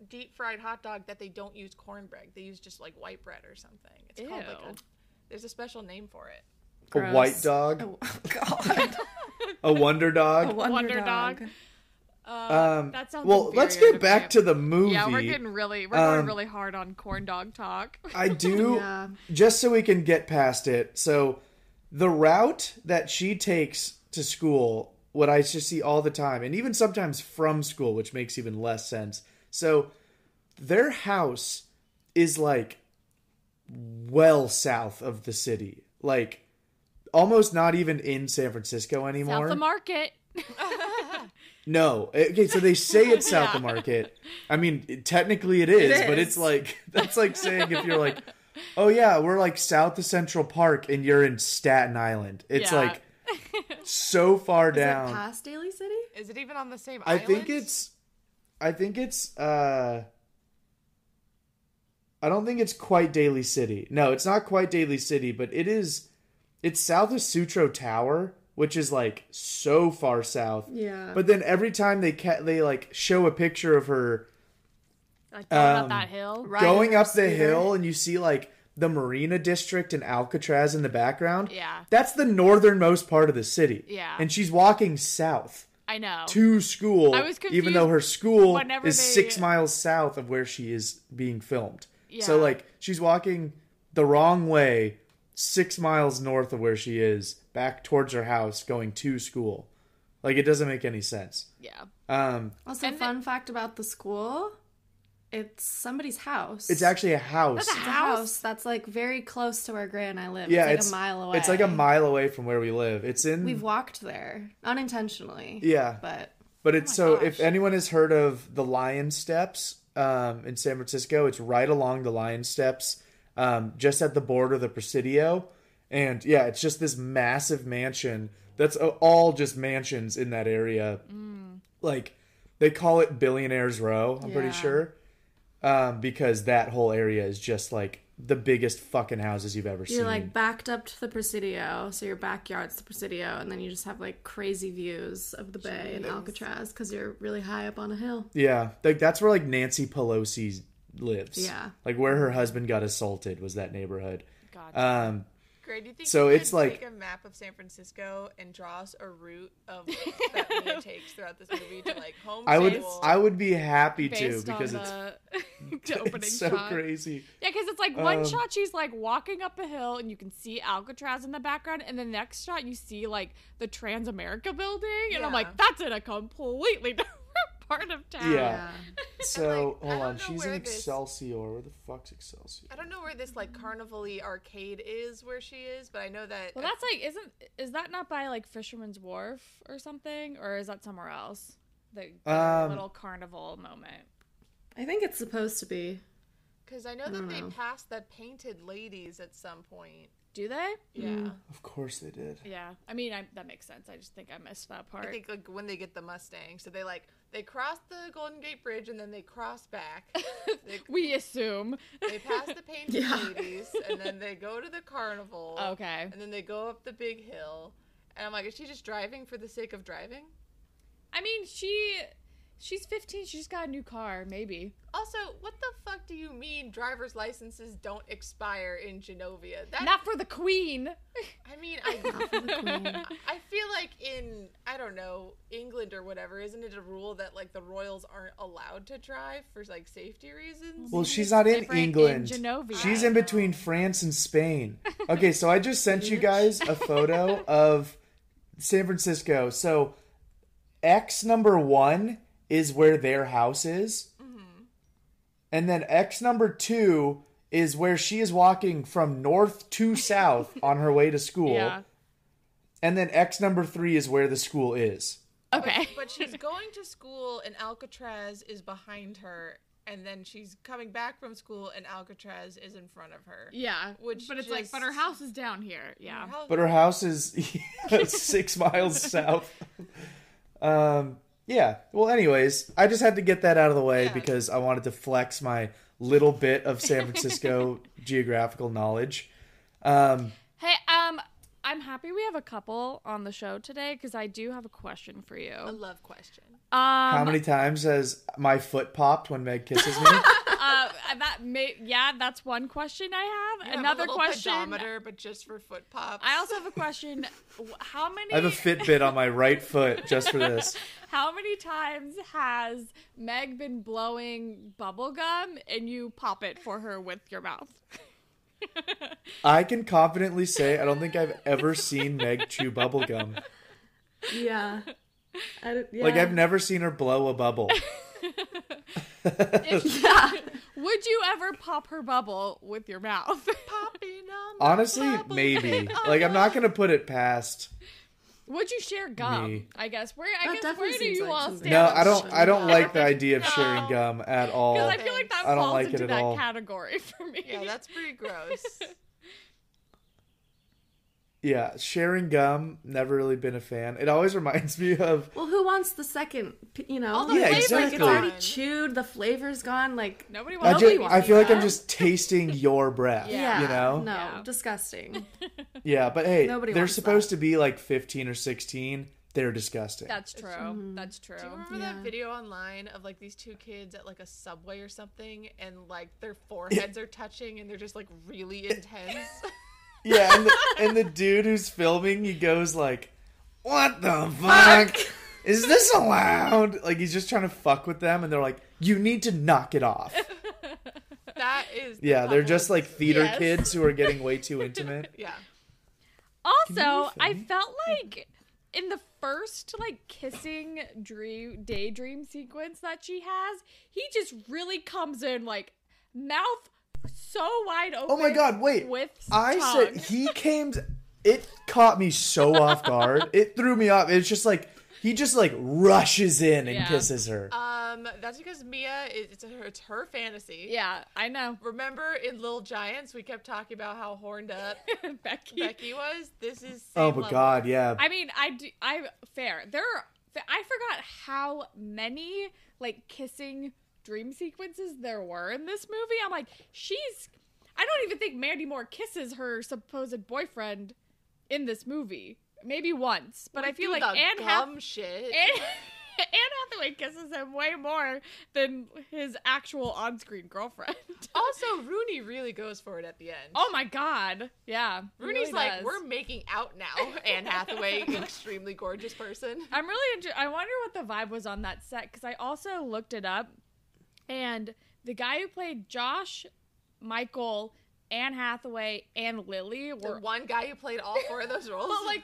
deep fried hot dog that they don't use cornbread. They use just like white bread or something. It's called like a Ew. there's a special name for it. A Gross. white dog, Oh God, a wonder a dog. wonder, Wonder dog. dog. um, that sounds well, let's inferior get to back Graham. to the movie. Yeah, we're getting really we're Um, going really hard on corn dog talk. I do Yeah. just so we can get past it. So the route that she takes to school, what I just see all the time, and even sometimes from school, which makes even less sense. So their house is like well south of the city, like almost not even in San Francisco anymore. South the market. No. Okay, so they say it's South the Market. I mean, it- technically it is, but is. it's like that's like saying if you're like, oh yeah, we're like south of Central Park, and you're in Staten Island. It's Yeah. like so far Is it down. past Daly City? Is it even on the same? I island? think it's. I think it's. uh I don't think it's quite Daly City. No, it's not quite Daly City, but it is. It's south of Sutro Tower, which is like so far south. Yeah. But then every time they ca- they like show a picture of her Like going up Um, that hill. Right. in going her up the scooter. hill, and you see like the Marina District and Alcatraz in the background. Yeah. that's the northernmost part of the city. Yeah. and she's walking south I know. to school. I was confused even though her school whenever is they- six miles south of where she is being filmed. So Yeah. like she's walking the wrong way, six miles north of where she is, back towards her house, going to school. Like it doesn't make any sense. yeah. Um, Also, And the- fun fact about the school, it's somebody's house. it's actually a house. It's a house that's like very close to where Gray and I live. yeah, it's like it's a mile away. It's like a mile away from where we live. It's in We've walked there unintentionally. yeah, But but it's so if anyone has heard of the Lion Steps um, in San Francisco, it's right along the Lion Steps, um, just at the border of the Presidio, and yeah, it's just this massive mansion that's a- all just mansions in that area. Like they call it Billionaires Row, I'm pretty Mm. Yeah. sure, um, because that whole area is just like the biggest fucking houses you've ever you're seen. like backed up to the Presidio, so your backyard's the Presidio, and then you just have like crazy views of the bay and Alcatraz because you're really high up on a hill. Yeah, like that's where like Nancy Pelosi lives. Yeah. like where her husband got assaulted was that neighborhood. Gotcha. Um, Great. Do you think So you it's could like- take a map of San Francisco and draw us a route of that Leah takes throughout this movie to like home? I would, school? I would be happy to Based because on it's the, the opening it's so shot. crazy. Yeah, because it's like one Um, shot she's like walking up a hill and you can see Alcatraz in the background, and the next shot you see like the Transamerica building, and I'm Yeah. like, that's in a completely different part of town. Yeah. So I hold don't on, know she's in where this- Excelsior. Where the fuck's Excelsior? I don't know where this like carnival-y arcade is where she is, but I know that Well, that's like, isn't is that not by like Fisherman's Wharf or something, or is that somewhere else? The the Um, little carnival moment. I think it's supposed to be. because I know that they passed the painted ladies at some point. Do they? Yeah, Of course they did. Yeah. I mean, I, that makes sense. I just think I missed that part. I think like when they get the Mustang, so they like they cross the Golden Gate Bridge and then they cross back. they, we assume. they pass the painted Yeah. ladies and then they go to the carnival. Okay. and then they go up the big hill. And I'm like, is she just driving for the sake of driving? I mean, she she's 15. She just got a new car. Maybe. Also, what the fuck do you mean driver's licenses don't expire in Genovia? That Not for the queen. I mean, I queen. I feel like in I don't know England or whatever, isn't it a rule that like the royals aren't allowed to drive for like safety reasons? Well, she's not in different in England. Genovia. she's in between France and Spain. Okay, so I just sent you guys a photo of San Francisco. So X number one is where their house is, and then X number two is where she is walking from north to south on her way to school, Yeah. and then X number three is where the school is. Okay. But she's going to school and Alcatraz is behind her, and then she's coming back from school and Alcatraz is in front of her. yeah. Which but it's like, but her just- house is down here. Yeah. How- but her house is six miles south. Um, yeah. Well, anyways, I just had to get that out of the way because I wanted to flex my little bit of San Francisco geographical knowledge. Um, Hey, um, I'm happy we have a couple on the show today because I do have a question for you. a Um, love question. how many times has my foot popped when Meg kisses me? uh, that may, yeah, that's one question I have. I have a Another little question. pedometer, but just for foot pops. I also have a question. W- How many? I have a Fitbit on my right foot just for this. How many times has Meg been blowing bubble gum and you pop it for her with your mouth? I can confidently say I don't think I've ever seen Meg chew bubblegum. Yeah. I, d- yeah. Like I've never seen her blow a bubble. Yeah. Would you ever pop her bubble with your mouth? popping on the Honestly, bubble. maybe. Like I'm not gonna put it past Would you share gum? Me. I guess where I That guess definitely where do seems you like all something stand? No, Yeah, on I don't. sure. I don't No. like the idea of No. sharing gum at all. Because I feel like that I don't falls like it into at that all. category for me. Yeah, that's pretty gross. Yeah, sharing gum never really been a fan. It always reminds me of Well, who wants the second? p- You know, All the Like, Yeah, it's exactly. already gone. chewed. The flavor's gone. Like, Nobody I, wants. Nobody just, wants I feel like I'm that. just tasting your breath. yeah, You know? no, Yeah. disgusting. Yeah, but hey, Nobody they're wants supposed that. to be like 15 or 16. They're disgusting. That's true. Mm-hmm. That's true. Do you remember that Yeah. video online of like these two kids at like a subway or something and like their foreheads are touching and they're just like really intense? yeah, and the, and the dude who's filming, he goes like, "What the fuck? Is this allowed?" Like he's just trying to fuck with them, and they're like, "You need to knock it off." that is the Yeah, they're couple. just like theater Yes. kids who are getting way too intimate. Yeah. Also, Can you I feel me? felt like in the first like kissing dream daydream sequence that she has, he just really comes in like mouth so wide open. Oh my god, wait. With I tongue. said he came to- it caught me so off guard. It threw me off. It's just like he just like rushes in and Yeah. kisses her. Um, that's because Mia is it's her, it's her fantasy. Yeah, I know. Remember in Little Giants we kept talking about how horned up Becky. Becky was? This is oh same my level. god, yeah. I mean, I do. I fair. There, are, I forgot how many like kissing dream sequences there were in this movie. I'm like, she's. I don't even think Mandy Moore kisses her supposed boyfriend in this movie. Maybe once, but I feel like the Anne, Hath- gum shit. Anne, Anne Hathaway kisses him way more than his actual on-screen girlfriend. also, Rooney really goes for it at the end. oh my god! Yeah, really Rooney's like, does. we're making out now. Anne Hathaway, extremely gorgeous person. I'm really. Inter- I wonder what the vibe was on that set because I also looked it up, and the guy who played Josh Michael Anne Hathaway, and Lily The were one guy who played all four of those roles. all like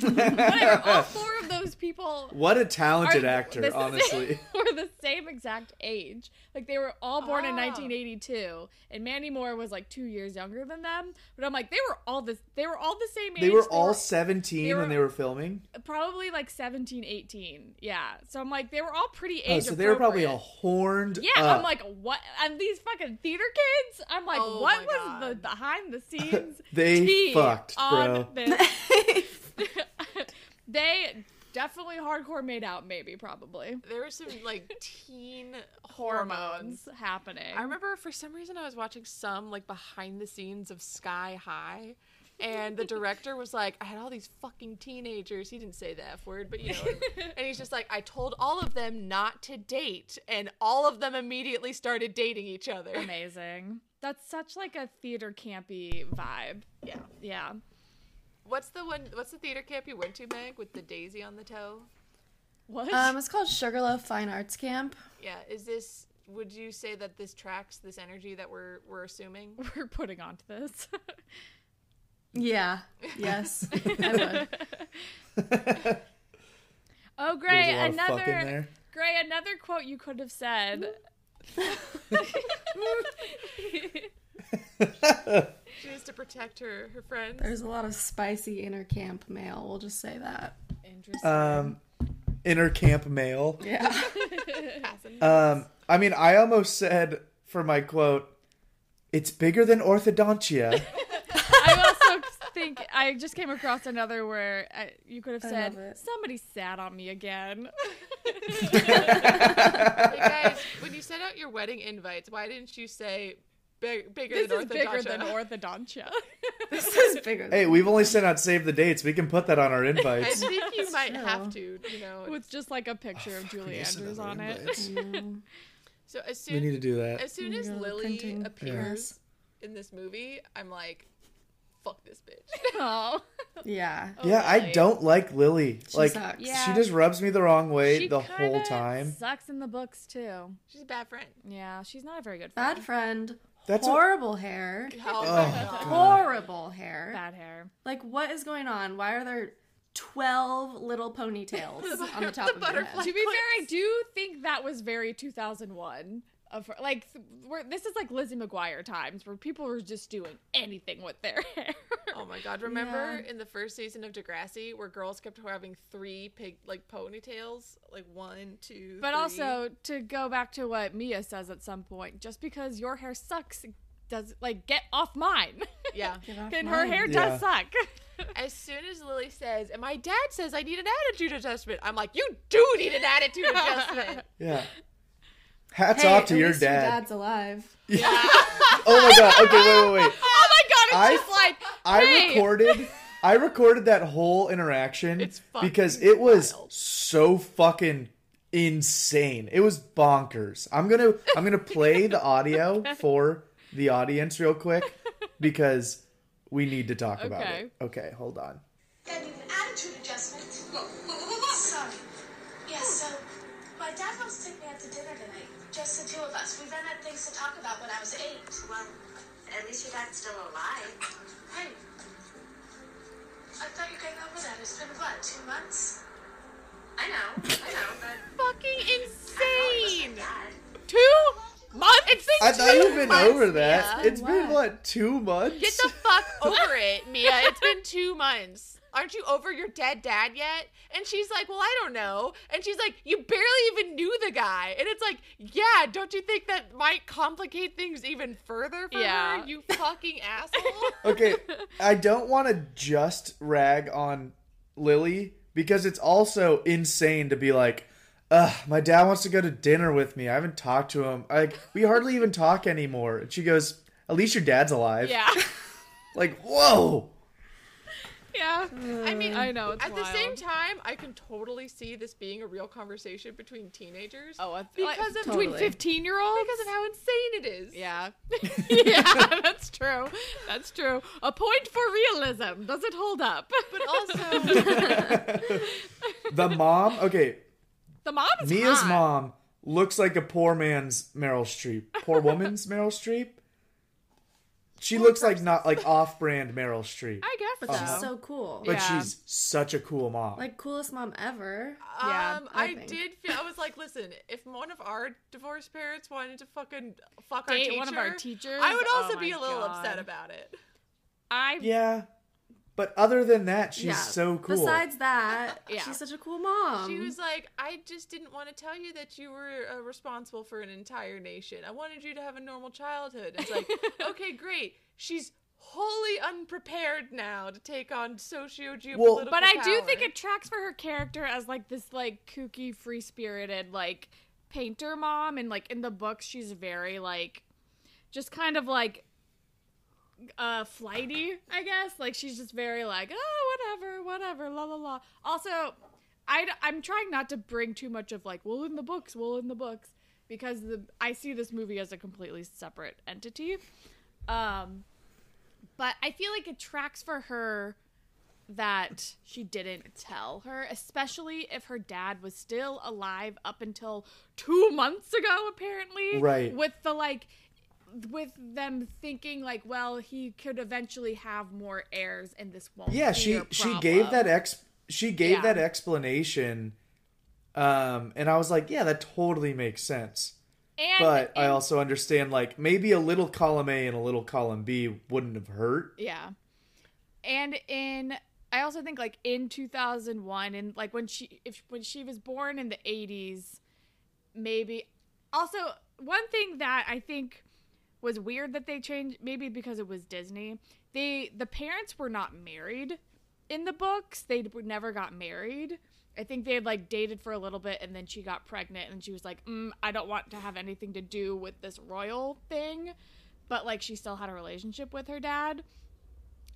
whatever. All four of those people What a talented are- actor, this is- honestly. were the same exact age. Like they were all born in Ah. 1982, and Mandy Moore was like two years younger than them. But I'm like, they were all this. They were all the same age. They were all 17 they were- when they were filming. probably like 17, 18. Yeah. So I'm like, they were all pretty age. Oh, so they were probably all appropriate. horned Yeah, up. I'm like, what? And these fucking theater kids? I'm like, Oh what my was the God. behind the scenes? They tea fucked, on bro. This? they definitely hardcore made out, maybe, probably. there were some like teen hormones. Hormones happening. I remember for some reason I was watching some like behind the scenes of Sky High. And the director was like, I had all these fucking teenagers. He didn't say the F word, but you know. and he's just like, I told all of them not to date. And all of them immediately started dating each other. Amazing. That's such like a theater campy vibe. Yeah. Yeah. What's the one? What's the theater camp you went to, Meg, with the daisy on the toe? What? Um, it's called Sugarloaf Fine Arts Camp. Yeah. Is this? Would you say that this tracks this energy that we're we're assuming? We're putting onto this. Yeah. Yes. I would. oh, There's Gray, a lot of fuck in another there. Gray, another quote you could have said. She has to protect her her friends. There's a lot of spicy inner camp male. We'll just say that. Interesting. Um, inner camp male. Yeah. Um, I mean, I almost said for my quote, "It's bigger than orthodontia." I also think I just came across another where I, you could have I said love it. somebody sat on me again. Hey guys, when you sent out your wedding invites, why didn't you say big, bigger this than is orthodontia? bigger than orthodontia. this is bigger. hey, than- we've only sent out save the dates. We can put that on our I invites. think you might true. have to, you know. With just like a picture of Julie Yes, Andrews another on it. invites. so as We soon need to do that. as soon as Your little Lily printing appears press. in this movie, I'm like, fuck this bitch. Oh. Yeah. yeah, I don't like Lily. like sucks. she Yeah. just rubs me the wrong way She the whole kinda time. Sucks in the books too. She's a bad friend. Yeah, she's not a very good Bad friend. friend. That's what- horrible hair. Oh, my god. Horrible hair. Bad hair. Like, what is going on? Why are there 12 little ponytails on the top the of your butterfly. head? To be fair, I do think that was very 2001. Of her. like, th- we're, this is like Lizzie McGuire times where people were just doing anything with their hair. Oh my god! Remember in the first season of Degrassi, where girls kept having three pig like ponytails, like one, two. But three? also to go back to what Mia says at some point, just because your hair sucks, does like get off mine. yeah. and her hair Yeah. does suck. As soon as Lily says, and my dad says, I need an attitude adjustment. I'm like, you do need an attitude adjustment. Yeah. Hats Hey, off to at your least Your dad. dad's alive. oh my god. Okay, wait, wait, wait. oh my god! I- It's just like I hey, recorded I recorded that whole interaction It's fucking because it was wild. so fucking insane. It was bonkers. I'm going to I'm going to play the audio for the audience real quick because we need to talk about Okay. it. Okay, hold on. Then an attitude adjustment. Sorry. Yeah, so my dad wants to take me out to dinner tonight. Just the two of us. We ran out of things to talk about when I was eight. Well, at least your dad's still alive. Hey. I thought you were getting over that. It's been what, two months? I know, I know, but fucking Insane. insane. Two months. It's been I thought two you've been months, over that. Mia. It's been what 2 months? Get the fuck over it, Mia. It's been two months. Aren't you over your dead dad yet? And she's like, Well, I don't know. And she's like, You barely even knew the guy. And it's like, Yeah, don't you think that might complicate things even further for Yeah. her, you fucking asshole? okay, I don't want to just rag on Lily because it's also insane to be like, Ugh, my dad wants to go to dinner with me. I haven't talked to him. Like, we hardly even talk anymore. And she goes, At least your dad's alive. Yeah, Like, whoa. yeah. I mean, I know. It's At the same wild. time, I can totally see this being a real conversation between teenagers. Oh, I- because like, of totally. between fifteen year olds. because of how insane it is. Yeah, yeah. That's true. That's true. A point for realism. Does it hold up? But also, The mom, okay, The mom is Mia's hot. mom looks like a poor man's Meryl Streep. Poor woman's Meryl Streep? She looks like not like off-brand Meryl Street, I guess But Oh. she's so. so cool. but yeah. she's such a cool mom. Like coolest mom ever. Yeah, um, I I, think. did feel. I was like, listen, if one of our divorced parents wanted to fucking fuck our Date teacher, one of our teachers? I would Oh also be my a little God. upset about it. I yeah, but other than that, she's so cool. Besides that, Yeah. she's such a cool mom. Um, She was like, I just didn't want to tell you that you were uh, responsible for an entire nation. I wanted you to have a normal childhood. It's like, okay, great. She's wholly unprepared now to take on socio geopolitical. Well- but I do think it tracks for her character as like this like kooky, free spirited like painter mom, and like in the book she's very like just kind of like uh flighty, I guess. Like she's just very like oh whatever, whatever, la la la. Also, I am trying not to bring too much of like well in the books, well in the books because the I see this movie as a completely separate entity. Um, but I feel like it tracks for her that she didn't tell her, especially if her dad was still alive up until two months ago, apparently. Right. With the like, with them thinking like, well, he could eventually have more heirs, and this won't. yeah be she a she gave problem. that ex she gave Yeah. that explanation um and i was like yeah that totally makes sense And, but i and- also understand like maybe a little column a and a little column b wouldn't have hurt Yeah. And in I also think like in 2001 and like when she if when she was born in the 80s maybe also one thing that I think was weird that they changed maybe because it was Disney. They the parents were not married in the books. They d- never got married. I think they had like dated for a little bit and then she got pregnant and she was like, mm, "I don't want to have anything to do with this royal thing." But like she still had a relationship with her dad.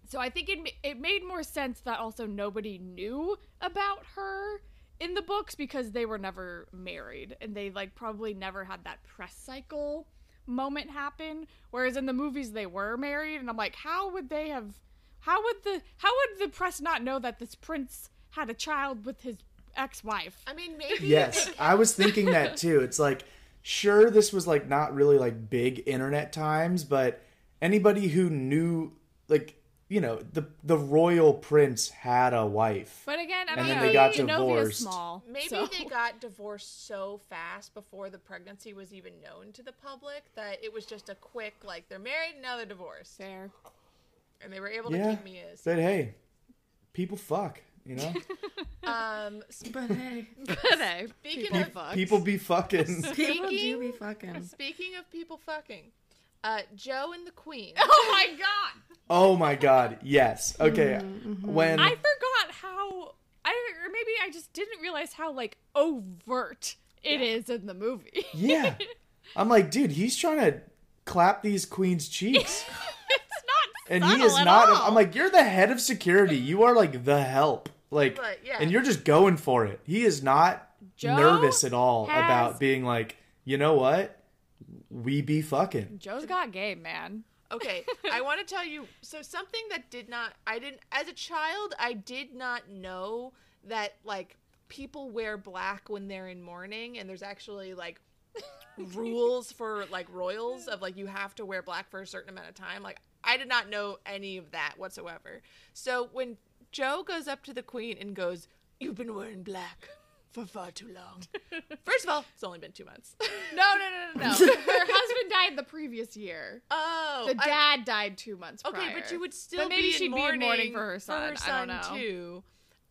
So I think it ma- it made more sense that also nobody knew about her in the books because they were never married and they like probably never had that press cycle moment happen whereas in the movies they were married and I'm like how would they have how would the how would the press not know that this prince had a child with his ex-wife? I mean, maybe. yes i was thinking that too it's like sure this was like not really like big internet times but anybody who knew like you know the the royal prince had a wife But again, I And don't then know. they got Genovia's divorced. small. Maybe so- they got divorced so fast before the pregnancy was even known to the public that it was just a quick, like, they're married and now they're divorced. Fair. And they were able to yeah keep me as. said hey people fuck you know Um, but hey, Okay. speaking of people be fucking people do Speaking- be fucking. Speaking of people fucking, uh, Joe and the Queen. Oh my god. Oh my god, yes. Okay. When I forgot how I or maybe I just didn't realize how like overt it is in the movie. Yeah. I'm like, dude, he's trying to clap these queens cheeks. it's not And subtle he is at not all. I'm like, you're the head of security. You are like the help. Like Right, yeah. and you're just going for it. He is not Joe nervous at all has- about being like, you know what? We be fucking. Joe's got game, man. Okay, I want to tell you. So something that did not, I didn't, as a child, I did not know that like people wear black when they're in mourning, and there's actually like rules for like royals of like you have to wear black for a certain amount of time. Like I did not know any of that whatsoever. So when Joe goes up to the queen and goes, "You've been wearing black." For far too long. First of all, it's only been two months. No, no, no, no, no. Her husband died the previous year. Oh, The I- dad died two months Okay, prior. but you would still maybe be in she'd be in mourning, mourning for her son. I don't son, know. too.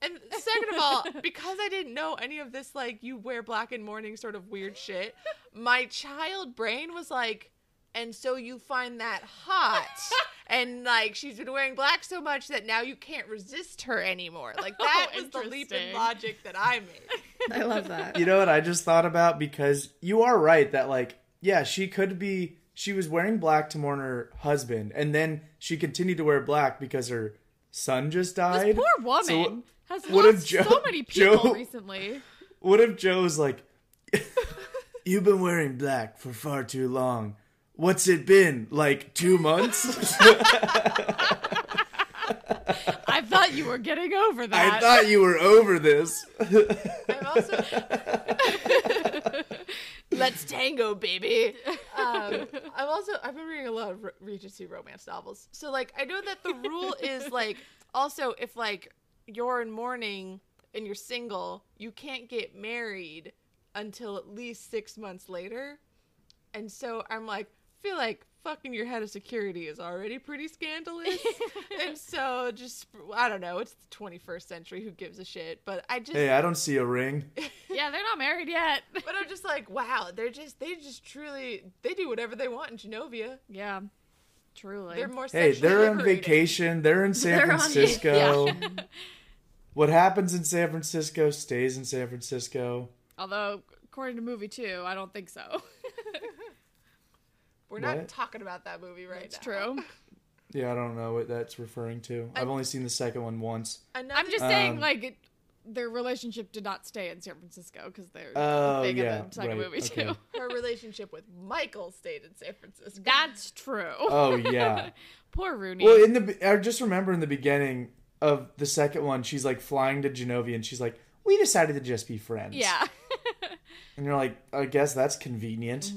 And second of all, because I didn't know any of this, like you wear black in mourning sort of weird shit, my child brain was like, and so you find that hot. And like she's been wearing black so much that now you can't resist her anymore. Like that was the leap in Oh, interesting. logic that I made. I love that. You know what I just thought about? Because you are right that like, yeah, she could be she was wearing black to mourn her husband, and then she continued to wear black because her son just This died. poor woman So has what lost if Joe- so many people Joe- recently. what if Joe was like You've been wearing black for far too long. What's it been? Like two months? I thought you were getting over that. I thought you were over this. I'm also. Let's tango, baby. um, I've also I've been reading a lot of Re- Regency romance novels, so like I know that the rule is like also if like you're in mourning and you're single, you can't get married until at least six months later, and so I'm like feel like fucking your head of security is already pretty scandalous, and so just I don't know, it's the 21st century, who gives a shit? But I just Hey, I don't see a ring. yeah, they're not married yet. but I'm just like, wow, they're just they just truly they do whatever they want in Genovia. yeah, truly. They're more Hey, sexually they're on liberated. vacation. They're in San They're on- Francisco. What happens in San Francisco stays in San Francisco. Although, according to movie two, I don't think so. We're not What? talking about that movie right It's now. true. Yeah, I don't know what that's referring to. I've only seen the second one once. Another, I'm just saying, Um, like, it, their relationship did not stay in San Francisco because they're Oh, big yeah. in the second right, movie okay. too. her relationship with Michael stayed in San Francisco. That's true. Oh, yeah. Poor Rooney. Well, in the be- I just remember in the beginning of the second one, she's like flying to Genovia, and she's like, "We decided to just be friends." yeah, and you're like, "I guess that's convenient."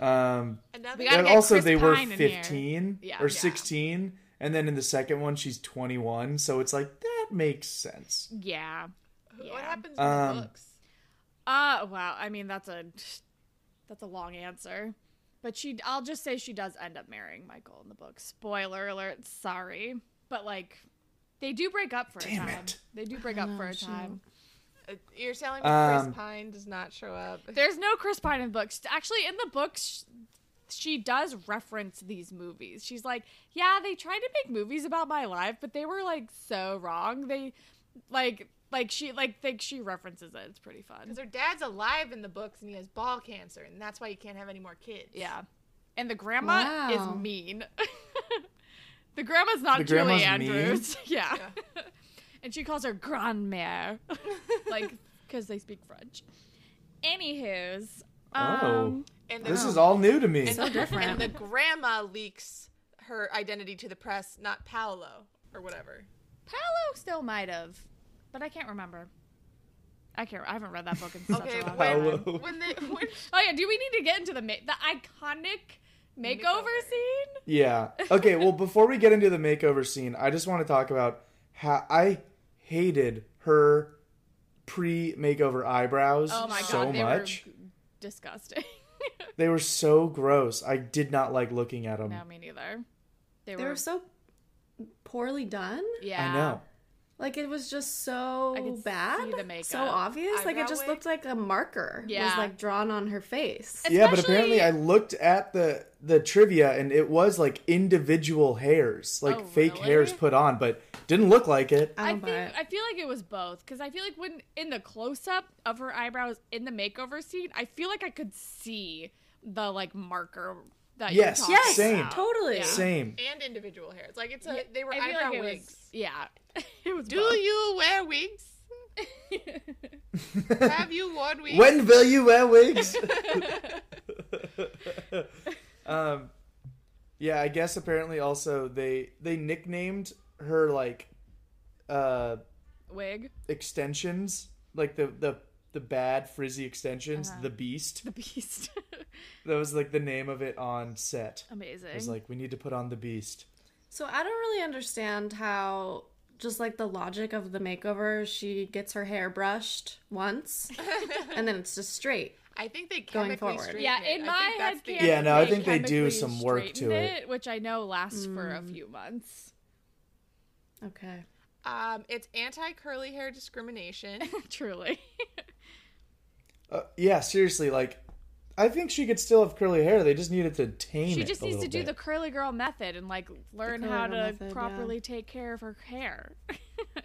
Um, Another We gotta Mm-hmm. get and also, Chris they were Pine in here. 15 Yeah. or Yeah. 16, and then in the second one, she's 21, so it's like that makes sense. yeah. what yeah. happens in Um, the books? Uh, wow. I mean, that's a that's a long answer, but she. I'll just say she does end up marrying Michael in the book. Spoiler alert. Sorry, but like, they do break up for Damn a time. it. They do break up for a time. Uh, You're telling me um, Chris Pine does not show up. There's no Chris Pine in the books. Actually, in the books, sh- she does reference these movies. She's like, "Yeah, they tried to make movies about my life, but they were like so wrong. They like like she like think she references it. It's pretty fun. Because her dad's alive in the books and he has ball cancer, and that's why he can't have any more kids. Yeah. And the grandma Wow. is mean. the grandma's not The Julie grandma's mean? Andrews. Yeah. and she calls her grandmère. like, because they speak French. Anywho's. Um, And the, Oh, This is all new to me. and, and different. the grandma leaks her identity to the press, not Paolo or whatever. Paolo still might have, but I can't remember. I can't. I haven't read that book in such Okay, a long when- time. Paolo. When the when Oh yeah, do we need to get into the ma- the iconic makeover, Makeover. scene? Yeah. Okay, well, before we get into the makeover scene, I just want to talk about how I hated her pre makeover eyebrows Oh my so god, they much. were g- disgusting. They were so gross. I did not like looking at them. no, me neither. They, They were so poorly done. yeah. I know. Like it was just so I could bad, see the makeup. so obvious. like Eyebrow it just wig? looked like a marker Yeah. was like drawn on her face. Especially, Yeah, but apparently I looked at the the trivia and it was like individual hairs, like Oh, fake really? hairs put on, but didn't look like it. I I don't think buy it. I feel like it was both because I feel like when in the close up of her eyebrows in the makeover scene, I feel like I could see the like marker that Yes, you're talking yes, same. about. totally. Yeah. Same. and individual hairs, like it's a they were I feel eyebrow like it wigs. was yeah, it was Do you wear wigs? Have you worn wigs? When will you wear wigs? um, yeah, I guess apparently also they they nicknamed her like uh wig extensions, like the the the bad frizzy extensions, Uh-huh. the beast. the beast That was like the name of it on set. It amazing. was like we need to put on the beast. So I don't really understand how just like the logic of the makeover, she gets her hair brushed once and then it's just straight. I think they Going chemically forward. straighten yeah, it. in I my think head, that's the- Yeah, no, I think they do chemically some work to straightened it. which I know lasts for a few months. Okay. Um, it's anti curly hair discrimination. Truly, Uh, yeah, seriously, like I think she could still have curly hair. They just needed to tame she it. just a needs to little do the bit. curly girl method and like learn curly how to girl method, yeah. properly take care of her hair.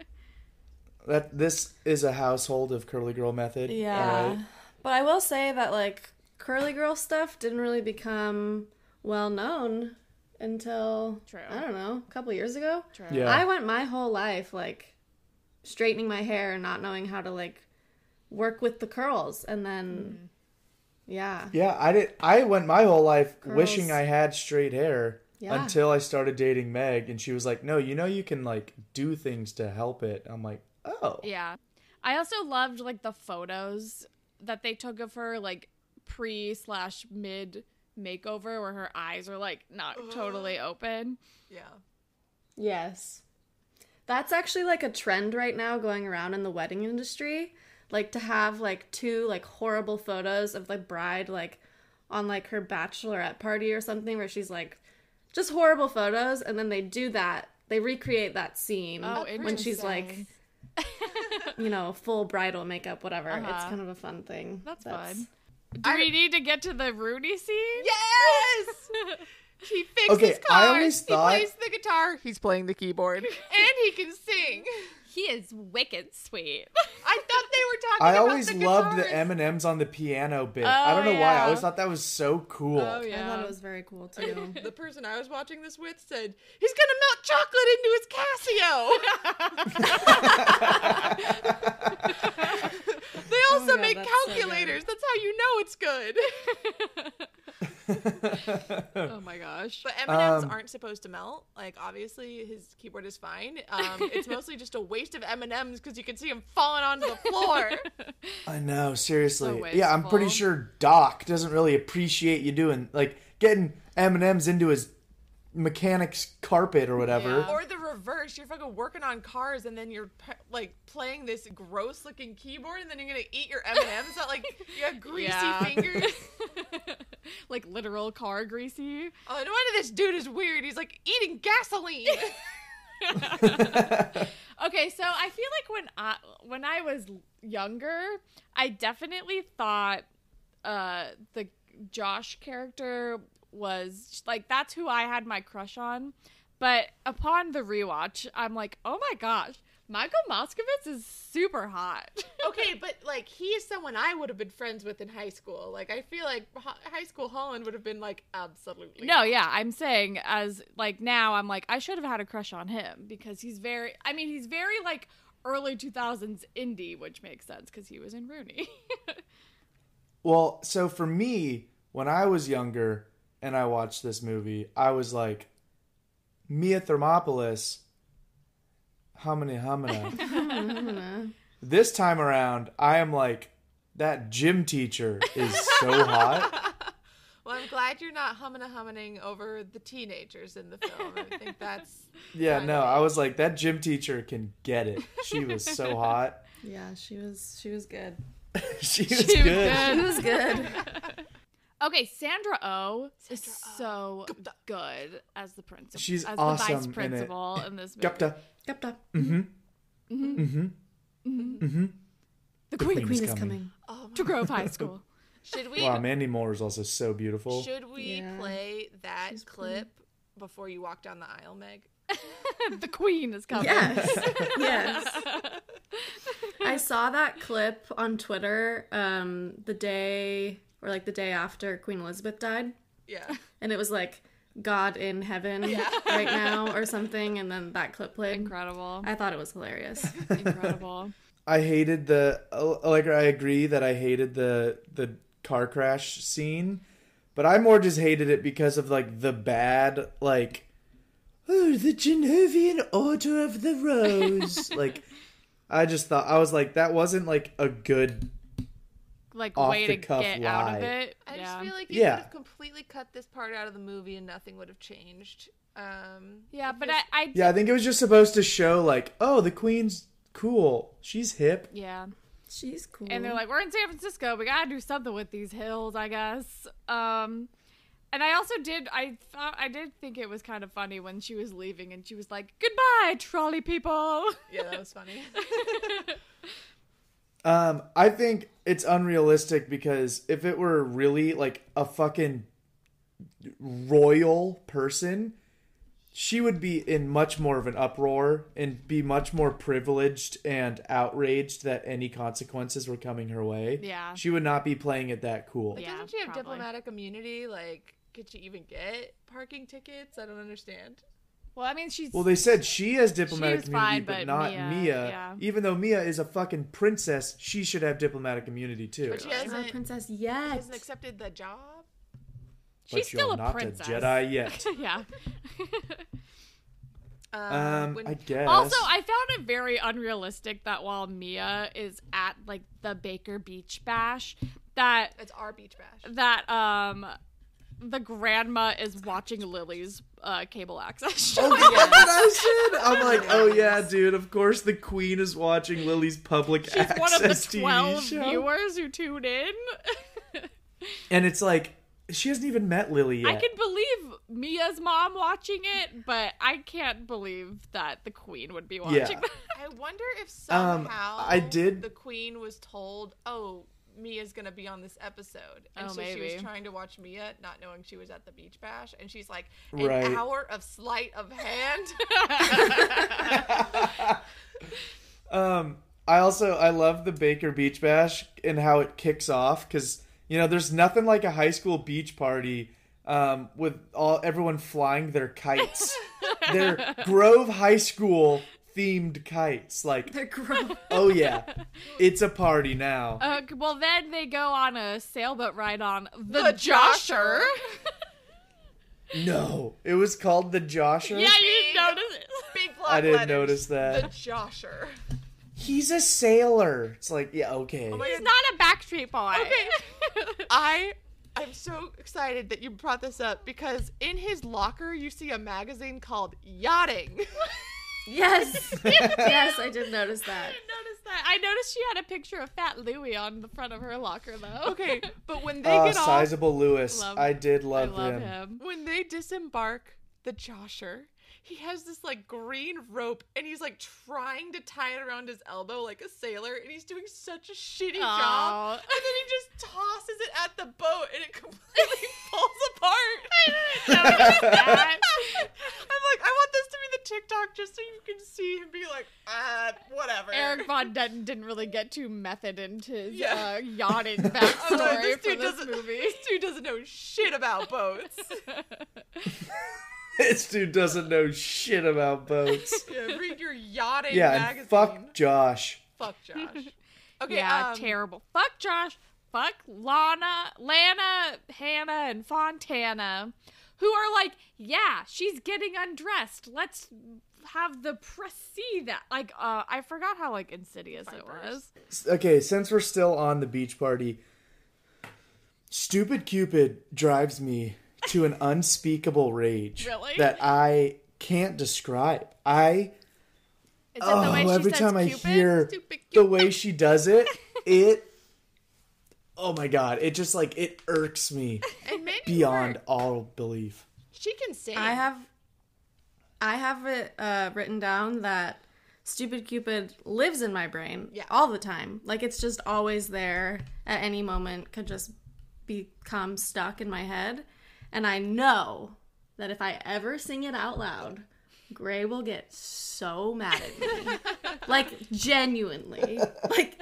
that. This is a household of curly girl method. all right? But I will say that like curly girl stuff didn't really become well known until True. I don't know, a couple years ago. True. Yeah. I went my whole life like straightening my hair and not knowing how to like work with the curls and then yeah. Yeah, I did. I went my whole life Curls. wishing I had straight hair Yeah. until I started dating Meg, and she was like, "No, you know you can like do things to help it." I'm like, "Oh, Yeah. I also loved like the photos that they took of her like pre slash mid makeover where her eyes are like not totally open. Yeah. Yes. That's actually like a trend right now going around in the wedding industry, like to have like two like horrible photos of the bride like on like her bachelorette party or something where she's like just horrible photos and then they do that. They recreate that scene Oh, when she's like interesting. you know, full bridal makeup whatever. It's kind of a fun thing. Uh-huh. That's, fun. Do we need to get to the Rooney scene? Yes. he fixes Okay, cars. I always thought- He plays the guitar. He's playing the keyboard, and he can sing. He is wicked sweet. I thought they were talking. I about always the loved the guitarist. M and M's on the piano bit. Oh, I don't know why. I yeah. always thought that was so cool. oh I yeah. thought it was very cool too. The person I was watching this with said he's gonna melt chocolate into his Casio. they also God, make that's so good. calculators. Oh, that's how you know it's good. oh my gosh. But M and M's Um, aren't supposed to melt. Like obviously his keyboard is fine. Um, it's mostly just a waste of M and M's because you can see him falling onto the floor. I know, seriously. So yeah, I'm pretty wasteful. sure Doc doesn't really appreciate you doing like getting M and M's into his mechanic's carpet or whatever. or the reverse. You're fucking working on cars and then you're pe- like playing this gross looking keyboard and then you're gonna eat your M and M's. That like you have greasy Yeah. fingers. like literal car greasy. Oh, no wonder this dude is weird. He's like eating gasoline. Okay, so I feel like when I when I was younger, I definitely thought uh the Josh character was like that's who I had my crush on. But upon the rewatch, I'm like, "Oh my gosh, Michael Moskowitz is super hot." okay, but like he is someone I would have been friends with in high school. Like I feel like ho- high school Holland would have been like absolutely No, yeah, I'm saying as like now I'm like I should have had a crush on him because he's very I mean he's very like early 2000s indie, which makes sense cuz he was in Rooney. Well, so for me, when I was younger and I watched this movie, I was like, Mia Thermopolis, hominy homina. this time around, I am like, that gym teacher is so hot. Well, I'm glad you're not humming a humming over the teenagers in the film. I think that's Yeah, no, I was like, that gym teacher can get it. She was so hot. yeah, she was she was good. She was good. She was good. Okay, Sandra Oh is so good as the principal. She's as awesome the in vice it. principal in, this movie. Gupta, Gupta, The queen, queen is coming. to Grove High School. should we Wow, Mandy Moore is also so beautiful. should we Yeah. play that clip before you walk down the aisle, Meg? the queen is coming. Yes. yes. I saw that clip on Twitter um, the day or like the day after Queen Elizabeth died. Yeah. And it was like God in heaven right now or something. And then that clip played. Incredible. I thought it was hilarious. Incredible. I hated the uh, like I agree that I hated the the car crash scene, but I more just hated it because of like the bad like oh the Genovian Order of the Rose like I just thought I was like that wasn't like a good Like Off way the to cuff get out of lie. it. I yeah. just feel like you Yeah. could have completely cut this part out of the movie and nothing would have changed. Um, yeah, but I, I yeah I think it was just supposed to show like oh the Queen's cool she's hip yeah. She's cool. and they're like, "We're in San Francisco. We gotta do something with these hills, I guess." Um, and I also did. I thought I did think it was kind of funny when she was leaving, and she was like, "Goodbye, trolley people." yeah, that was funny. Um, I think it's unrealistic because if it were really like a fucking royal person, she would be in much more of an uproar and be much more privileged and outraged that any consequences were coming her way. Yeah. She would not be playing it that cool. Yeah, Doesn't she have probably. diplomatic immunity? Like, could she even get parking tickets? I don't understand. Well, I mean, she's Well, they said she has diplomatic She was immunity, fine, but but, not Mia, Mia. yeah. Even though Mia is a fucking princess, she should have diplomatic immunity too. But she She's not a hasn't, princess yet. hasn't accepted the job. she's But still you're a not princess. a Jedi yet. yeah. Um, when- I guess. Also, I found it very unrealistic that while Mia is at like the Baker Beach bash, that It's our beach bash. that um the grandma is watching Lily's uh, cable access show. Oh, yeah. that's what I said. I'm like, oh yeah, dude. Of course, the queen is watching Lily's public She's access one of the TV 12 show. viewers who tune in. And it's like she hasn't even met Lily yet. I can believe Mia's mom watching it, but I can't believe that the queen would be watching Yeah. that. I wonder if Um, somehow I did- the queen was told, "Oh, Mia's gonna be on this episode," and Oh, so she maybe. was trying to watch Mia, not knowing she was at the beach bash, and she's like, "An Right. hour of sleight of hand." Um, I also I love the Baker Beach Bash and how it kicks off because you know there's nothing like a high school beach party um, with all everyone flying their kites. They're Grove High School themed kites. Like, They're gross. oh yeah, it's a party now. Uh, well, then they go on a sailboat ride on the, The Josher. Josher. No, it was called the Josher. yeah, you didn't notice it. Big block I didn't letters, notice that. The Josher. He's a sailor. It's like, yeah, okay. my He's not a Backstreet Boy. Okay. I I'm so excited that you brought this up because in his locker you see a magazine called Yachting. Yes. yes, I did notice that. noticed that. I noticed she had a picture of Fat Louie on the front of her locker, though. okay, but when they Ah, get off sizable Lewis. Love- I did I love, love him. him. when they disembark the Josher, he has this like green rope and he's like trying to tie it around his elbow like a sailor and he's doing such a shitty Aw. job. And then he just tosses it at the boat and it completely falls apart. I'm like, I want this to be the TikTok just so you can see him be like, uh, whatever. Eric Von Dutton didn't really get too method into his Yeah. uh, yachting I'm like, backstory this for dude this doesn't movie. this dude doesn't know shit about boats. This dude doesn't know shit about boats. yeah, read your yachting yeah, magazine. and fuck Josh. Fuck Josh. Okay, yeah, um, terrible. Fuck Josh. Fuck Lana, Lana, Hannah, and Fontana, who are like, yeah, she's getting undressed. Let's have the press see that. Like, uh, I forgot how like insidious it was. Okay, since we're still on the beach party, stupid Cupid drives me to an unspeakable rage Really? that I can't describe. I Is oh, it the way she every says time Cupid? I hear Stupid the Cupid. way she does it, it oh my god, it just like it irks me and maybe beyond all belief. She can sing. I have I have it uh, written down that stupid Cupid lives in my brain Yeah. all the time. Like it's just always there at any moment could just become stuck in my head and I know that if I ever sing it out loud, Gray will get so mad at me. like genuinely. Like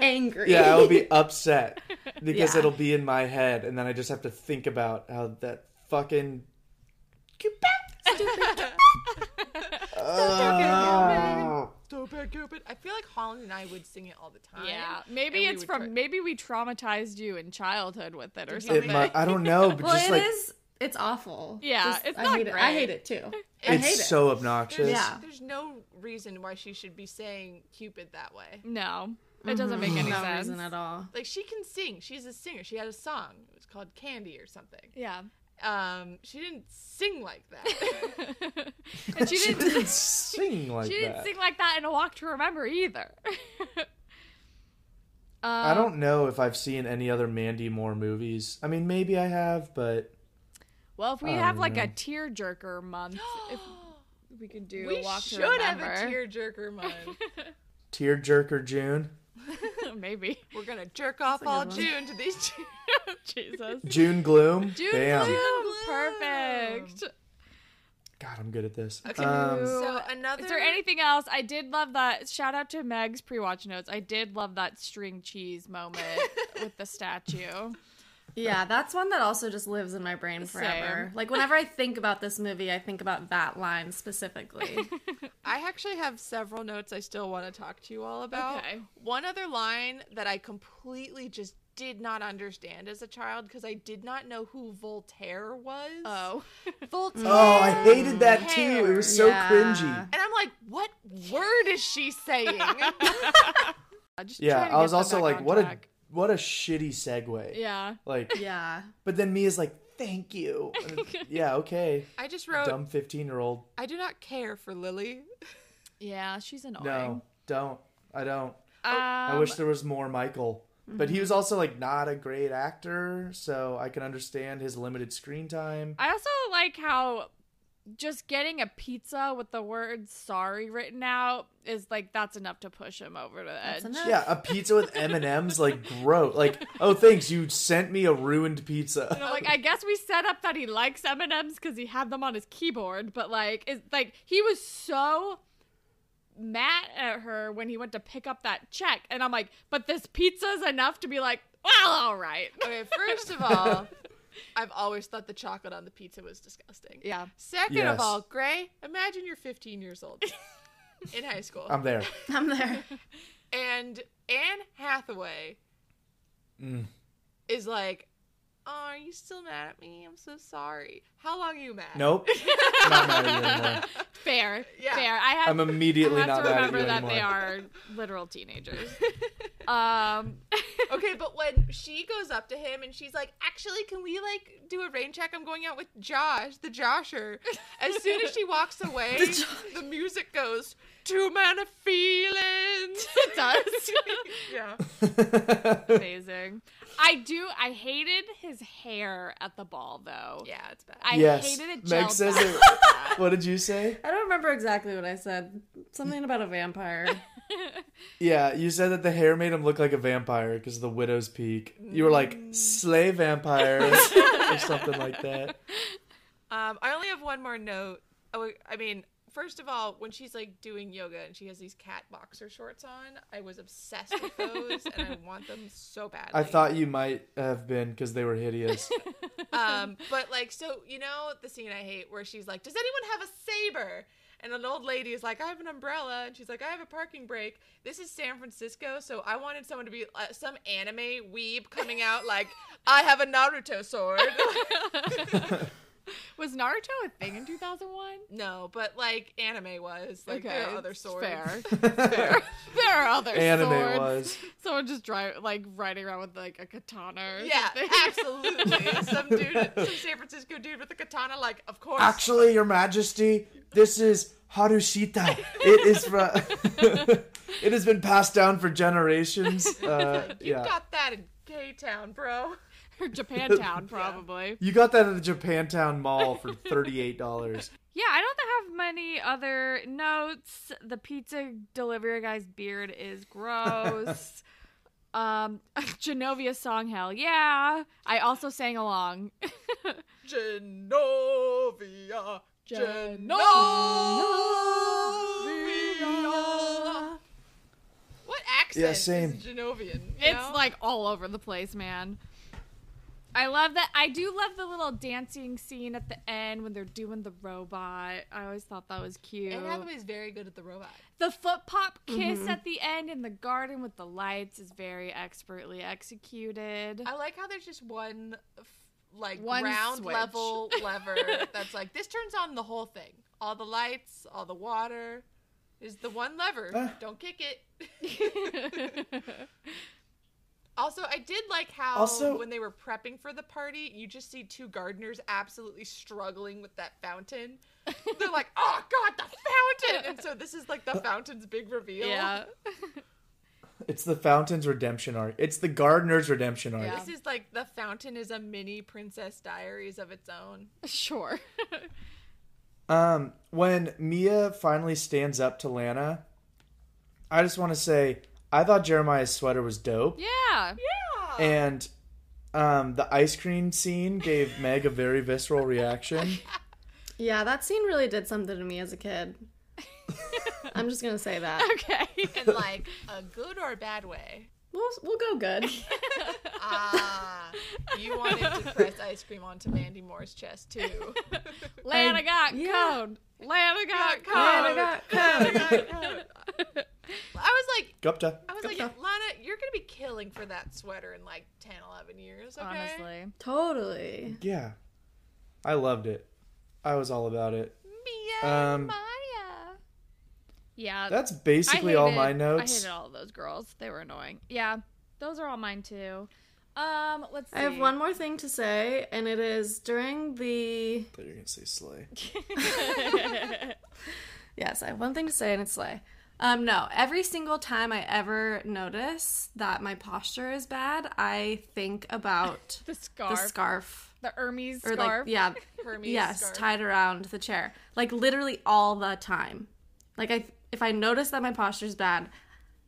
angry. Yeah, I will be upset because Yeah. it'll be in my head, and then I just have to think about how that fucking. Uh, Oh, So bad, Cupid. I feel like Holland and I would sing it all the time. Yeah, maybe and we it's would from try- maybe we traumatized you in childhood with it or it something. mu- I don't know, but well, it just is. like it's awful. Yeah, Just- it's I not hate it. I great. hate it too. I hate it's it. so obnoxious. There's, Yeah. There's no reason why she should be saying Cupid that way. No, it doesn't make any no sense. reason at all. Like she can sing. She's a singer. She had a song. It was called Candy or something. Yeah, Um, she didn't sing like that. and she She didn't. didn't sing like She didn't that. sing like that in A Walk to Remember either. Um, I don't know if I've seen any other Mandy Moore movies. I mean, maybe I have, but Well, if we I have don't like a know. tearjerker month, if we could do we a walk should to have remember. a tearjerker month. Tearjerker June. Maybe. We're gonna jerk off all June to these. June. Jesus. June Gloom. June Bam. Gloom. Perfect. God, I'm good at this. Okay. Um, so another. Is there anything else? I did love that. Shout out to Meg's pre-watch notes. I did love that string cheese moment with the statue. Yeah, that's one that also just lives in my brain forever. Like whenever I think about this movie, I think about that line specifically. I actually have several notes I still want to talk to you all about. Okay. One other line that I completely just did not understand as a child because I did not know who Voltaire was. Oh, Voltaire. oh, I hated that too. It Hair. was so Yeah. cringy. And I'm like, what word is she saying? Just Yeah, trying to I get was them also back like, on what a track. what a shitty segue. Yeah. Like, yeah. but then Mia's like, thank you. And it- yeah, okay. I just wrote, Dumb 15 year old. I do not care for Lily. Yeah, she's annoying. No, don't. I don't. I Um, mm-hmm. wish there was more Michael. But he was also like not a great actor, so I can understand his limited screen time. I also like how just getting a pizza with the word sorry written out is like that's enough to push him over to the edge. That's enough. Yeah, a pizza with M and M's, like gross. Like, oh, thanks, you sent me a ruined You pizza. know, like I guess we set up that he likes M and M's because he had them on his keyboard, but like, is like he was so mad at her when he went to pick up that check, and I'm like, but this pizza's enough to be like, well, all right, Okay, first of all, I've always thought the chocolate on the pizza was disgusting. yeah. Second Yes. of all, Gray, imagine you're 15 years old in high school. I'm there. I'm there. and Anne Hathaway is like, oh, "Are you still mad at me? I'm so sorry. How long are you mad?" Nope. Not mad at you anymore. Fair, Yeah. fair. I have, I'm immediately I have not to mad at remember you that anymore. they are literal teenagers. um, Okay, but when she goes up to him and she's like, "Actually, can we like do a rain check? I'm going out with Josh, the Josher." As soon as she walks away, the, music goes, two men of feelings." it does. yeah. Amazing. I do. I hated his hair at the ball, though. Yeah, it's bad. I yes. hated it. Meg gelled says back. it. What did you say? I don't remember exactly what I said. Something about a vampire. Yeah, you said that the hair made him look like a vampire because of the widow's peak. You were like Mm. slay vampires or something like that. Um, I only have one more note. Oh, I mean, first of all, when she's like doing yoga and she has these cat boxer shorts on, I was obsessed with those, and I want them so badly. I thought you might have been because they were hideous. um, but like, so you know the scene I hate where she's like, "Does anyone have a saber?" And an old lady is like, "I have an umbrella," and she's like, "I have a parking brake." This is San Francisco, so I wanted someone to be uh, some anime weeb coming out like, "I have a Naruto sword." Was Naruto a thing in 2001? no, but like anime was like there are other it's swords. Fair. fair. There are other Anime swords. was. Someone just drive like riding around with like a katana. Or Yeah, something. absolutely. Some dude, some San Francisco dude with a katana, like, of course. Actually, Your Majesty, this is Harushita. It is from. it has been passed down for generations. Uh, you yeah, got that in K Town, bro. or Japantown probably. you got that at the Japantown Mall for thirty-eight dollars. Yeah, I don't have many other notes. The pizza delivery guy's beard is gross. um, Genovia's song, Hell Yeah. I also sang along. Genovia. Gen- Genovia. What accent Yeah, same. is Genovian? you know? It's like all over the place, man. I love that. I do love the little dancing scene at the end when they're doing the robot. I always thought that was cute. Anne Hathaway's very good at the robot. The foot pop kiss at the end in the garden with the lights is very expertly executed. I like how there's just one, f- like, One round switch. level lever that's like, this turns on the whole thing. All the lights, all the water. Is the one lever. Don't kick it. also, I did like how Also- when they were prepping for the party, you just see two gardeners absolutely struggling with that fountain. They're like, oh, God, the fountain! And so this is like the fountain's big reveal. yeah. It's the Fountain's Redemption arc. It's the Gardener's Redemption arc. This is like the fountain is a mini Princess Diaries of its own. Sure. Um, when Mia finally stands up to Lana, I just want to say I thought Jeremiah's sweater was dope, yeah. and um, the ice cream scene gave Meg a very visceral reaction. yeah, that scene really did something to me as a kid. I'm just gonna say that. Okay. in like a good or bad way. We'll we'll go good. Ah, you wanted to press ice cream onto Mandy Moore's chest too. Lana got yeah. code. Lana got code. code. I was like, Gupta. I was like, Lana, you're gonna be killing for that sweater in like 10, 11 years. Okay? Honestly. totally. Yeah, I loved it. I was all about it. Mia. Um, Maya. Yeah. that's I basically all hated- my I notes. hated all of those girls. They were annoying. Yeah. Those are all mine too. Um, let's see. I have one more thing to say, and it is during the But you're gonna say slay. Yes, I have one thing to say, and it's Slay. Um, no, every single time I ever notice that my posture is bad, I think about The scarf. the scarf The Hermes or scarf. like yeah, Hermes yes, scarf. tied around the chair, like literally all the time. Like I, if I notice that my posture is bad,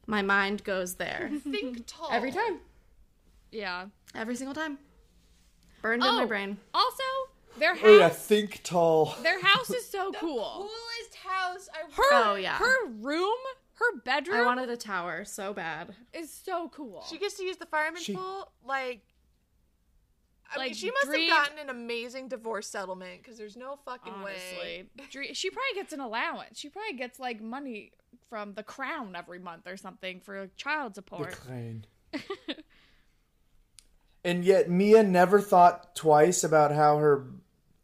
my mind goes there Think tall. every time, Yeah. every single time. Burned in my Oh. brain. Also, their Oh yeah, house. think tall. Their house is so cool. Coolest house I Her, Oh, yeah. her room, her bedroom I wanted a tower so bad. is so cool. She gets to use the fireman's She- pool. Like, I mean, Like, she must dream- have gotten an amazing divorce settlement because there's no fucking way. Honestly, Dre- she probably gets an allowance. She probably gets like money from the crown every month or something for child The support. crane. and yet Mia never thought twice about how her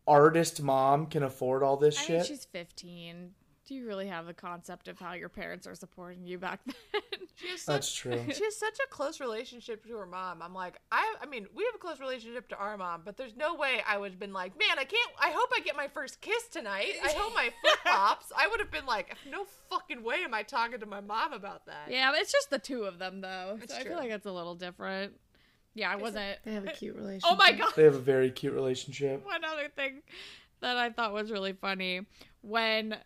artist mom can afford all this I mean, shit. she's 15. Do you really have the concept of how your parents are supporting you back then? She has, such, That's true. she has such a close relationship to her mom. I'm like, I, I mean, we have a close relationship to our mom, but there's no way I would have been like, man, I can't. I hope I get my first kiss tonight. I hope my flip flops. I would have been like, no fucking way am I talking to my mom about that. yeah, but it's just the two of them though. That's so I true. feel like that's a little different. Yeah, I wasn't. They have a cute relationship. Oh my god. they have a very cute relationship. one other thing that I thought was really funny when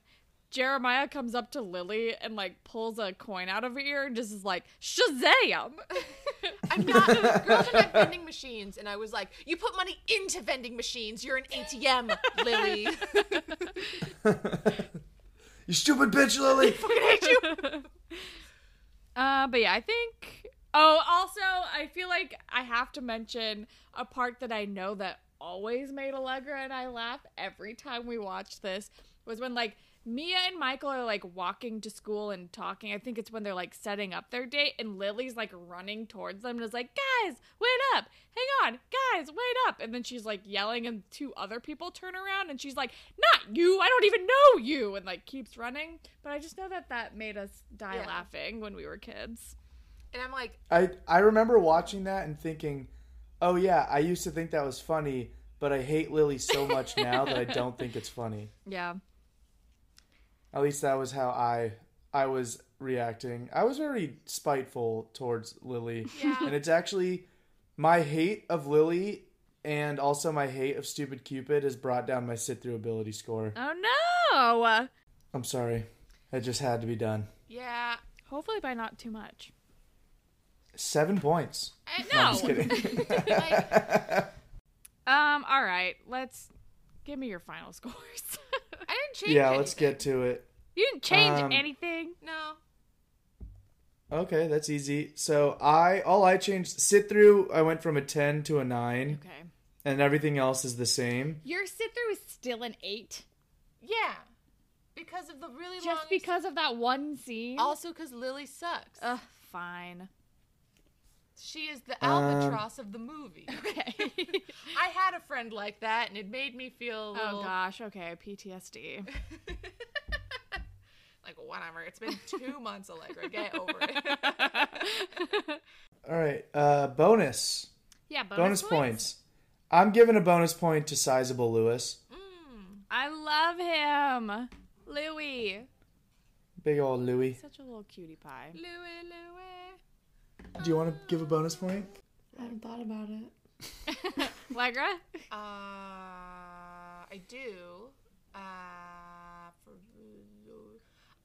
Jeremiah comes up to Lily and like pulls a coin out of her ear and just is like Shazam. I'm not. Girls don't have vending machines, and I was like, you put money into vending machines. You're an ATM, Lily. You stupid bitch, Lily. uh, but yeah, I think. Oh, also, I feel like I have to mention a part that I know that always made Allegra and I laugh every time we watched this was when like Mia and Michael are like walking to school and talking. I think it's when they're like setting up their date, and Lily's like running towards them and is like, "Guys, wait up! Hang on, guys, wait up!" And then she's like yelling, and two other people turn around, and she's like, "Not you! I don't even know you!" And like keeps running. But I just know that that made us die Yeah. laughing when we were kids. And I'm like, I I remember watching that and thinking, "Oh yeah, I used to think that was funny, but I hate Lily so much now that I don't think it's funny." Yeah. At least that was how I I was reacting. I was very spiteful towards Lily, and it's actually my hate of Lily and also my hate of Stupid Cupid has brought down my sit through ability score. Oh no! I'm sorry, it just had to be done. yeah, Hopefully by not too much. Seven points. no. I'm just kidding. Um. All right. Let's give me your final scores. I didn't change. yeah, let's anything. get to it. you didn't change Um, anything. No, Okay, that's easy. So I all I changed sit through. I went from a ten to a nine, Okay. and everything else is the same. Your sit through is still an eight, yeah, because of the really long. just because of that one scene. Also, because Lily sucks. Ugh, fine. she is the Um, albatross of the movie. Okay. I had a friend like that, and it made me feel. A little, oh gosh. Okay. PTSD. Like whatever. It's been two months, Allegra. Get over it. All right, uh, bonus. Yeah. Bonus, bonus points. points. I'm giving a bonus point to Sizable Lewis. I love him, Louis. Big old Louie. Such a little cutie pie. Louie, Louie. Do you want to give a bonus point? I haven't thought about it. Allegra. Uh, I do. Uh, for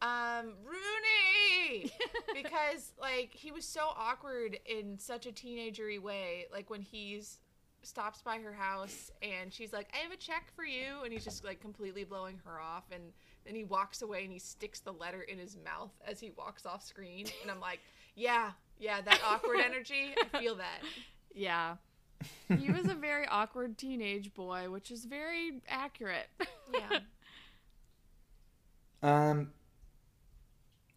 um, Rooney, because like he was so awkward in such a teenagery way. Like when he's stops by her house and she's like, "I have a check for you," and he's just like completely blowing her off, and then he walks away and he sticks the letter in his mouth as he walks off screen, and I'm like, "Yeah, yeah, that awkward energy, I feel that." Yeah. He was a very awkward teenage boy, which is very accurate. Yeah. Um,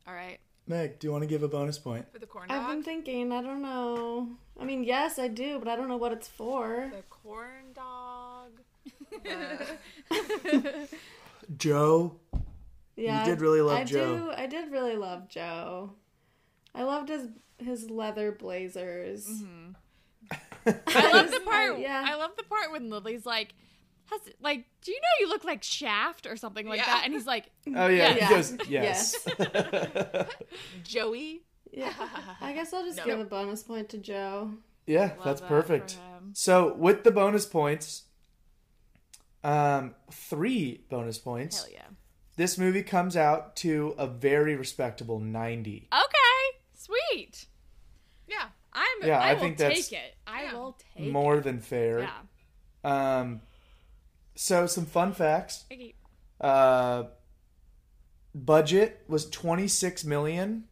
All right. Meg, do you want to give a bonus point? For the corn I've dog. been thinking. I don't know. I mean, yes, I do, but I don't know what it's for. The corn dog. Joe. Yeah, did really love I Joe. Do, I did really love Mm-hmm. Joe. I loved his his leather blazers. I love the part. yeah. I love the part when Lily's like, "Has like, do you know you look like Shaft or something like Yeah. that?" And he's like, Oh yeah, Yeah. he goes yes. Joey. Yeah. I guess I'll just No. give a bonus point to Joe. yeah, Love that's that for perfect. him. So with the bonus points, um, three bonus points. "Hell yeah, This movie comes out to a very respectable ninety. okay, sweet." Yeah. I'm. Yeah, I, I will think take that's it. I yeah. will take More it. than fair. Yeah. Um, so some fun facts. Iggy. Uh, budget was 26 million.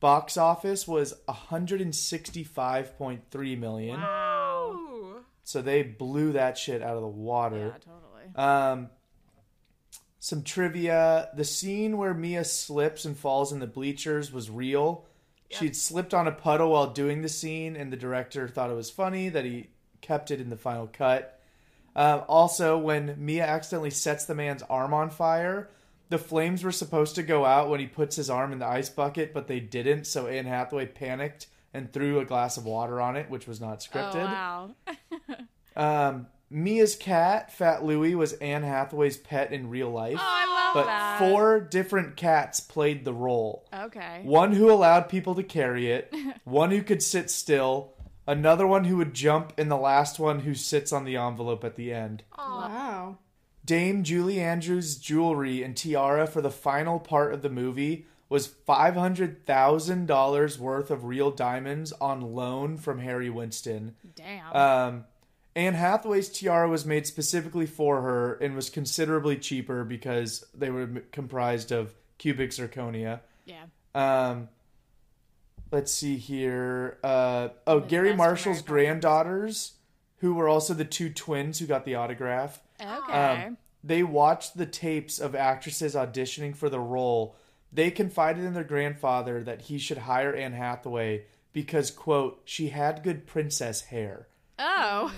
Box office was 165.3 million. Oh. Wow. So they blew that shit out of the Yeah, water. totally. Um, some trivia: the scene where Mia slips and falls in the bleachers was real. She'd slipped on a puddle while doing the scene, and the director thought it was funny that he kept it in the final cut. Um, also, when Mia accidentally sets the man's arm on fire, the flames were supposed to go out when he puts his arm in the ice bucket, but they didn't. So Anne Hathaway panicked and threw a glass of water on it, which was not scripted. Oh wow. Um, Mia's cat, Fat Louie, was Anne Hathaway's pet in real life, I love but that. four different cats played the role. Okay. One who allowed people to carry it, one who could sit still, another one who would jump, and the last one who sits on the envelope at the end. Wow. Dame Julie Andrews' jewelry and tiara for the final part of the movie was $500,000 worth of real diamonds on loan from Harry Winston. Damn. Um, Anne Hathaway's tiara was made specifically for her and was considerably cheaper because they were m- comprised of cubic zirconia. yeah. Um, let's see here. Uh, oh, Gary best Marshall's American. granddaughters, who were also the two twins who got the autograph, Um, Okay. they watched the tapes of actresses auditioning for the role. They confided in their grandfather that he should hire Anne Hathaway because, quote, she had good princess hair. oh.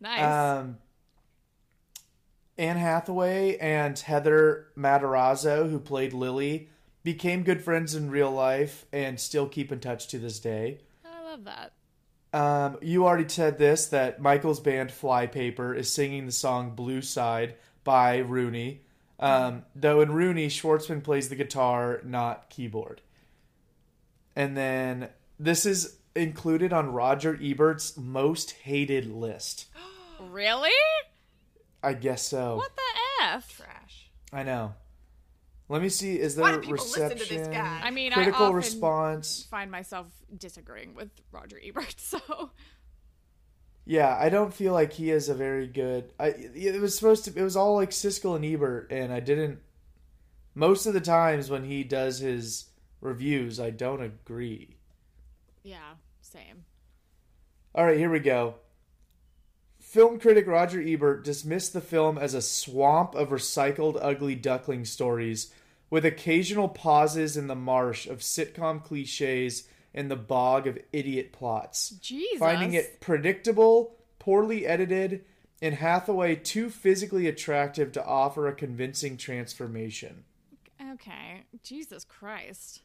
nice. Um, Anne Hathaway and Heather Matarazzo, who played Lily, became good friends in real life and still keep in touch to this day. I love that. Um, you already said this that Michael's band Flypaper is singing the song Blue Side by Rooney. Um, though in Rooney, Schwartzman plays the guitar, not keyboard. And then this is included on Roger Ebert's most hated list. Really? I guess so. What the f? Trash. I know. Let me see. Is there Why do people listen to reception? this guy? I mean, critical I often response. find myself disagreeing with Roger Ebert, so Yeah, I don't feel like he is a very good. I it was supposed to. It was all like Siskel and Ebert, and I didn't. Most of the times when he does his reviews, I don't agree. yeah, same. All right, here we go. Film critic Roger Ebert dismissed the film as a swamp of recycled ugly duckling stories, with occasional pauses in the marsh of sitcom cliches and the bog of idiot plots. Jesus. Finding it predictable, poorly edited, and Hathaway too physically attractive to offer a convincing transformation. Okay. Jesus Christ.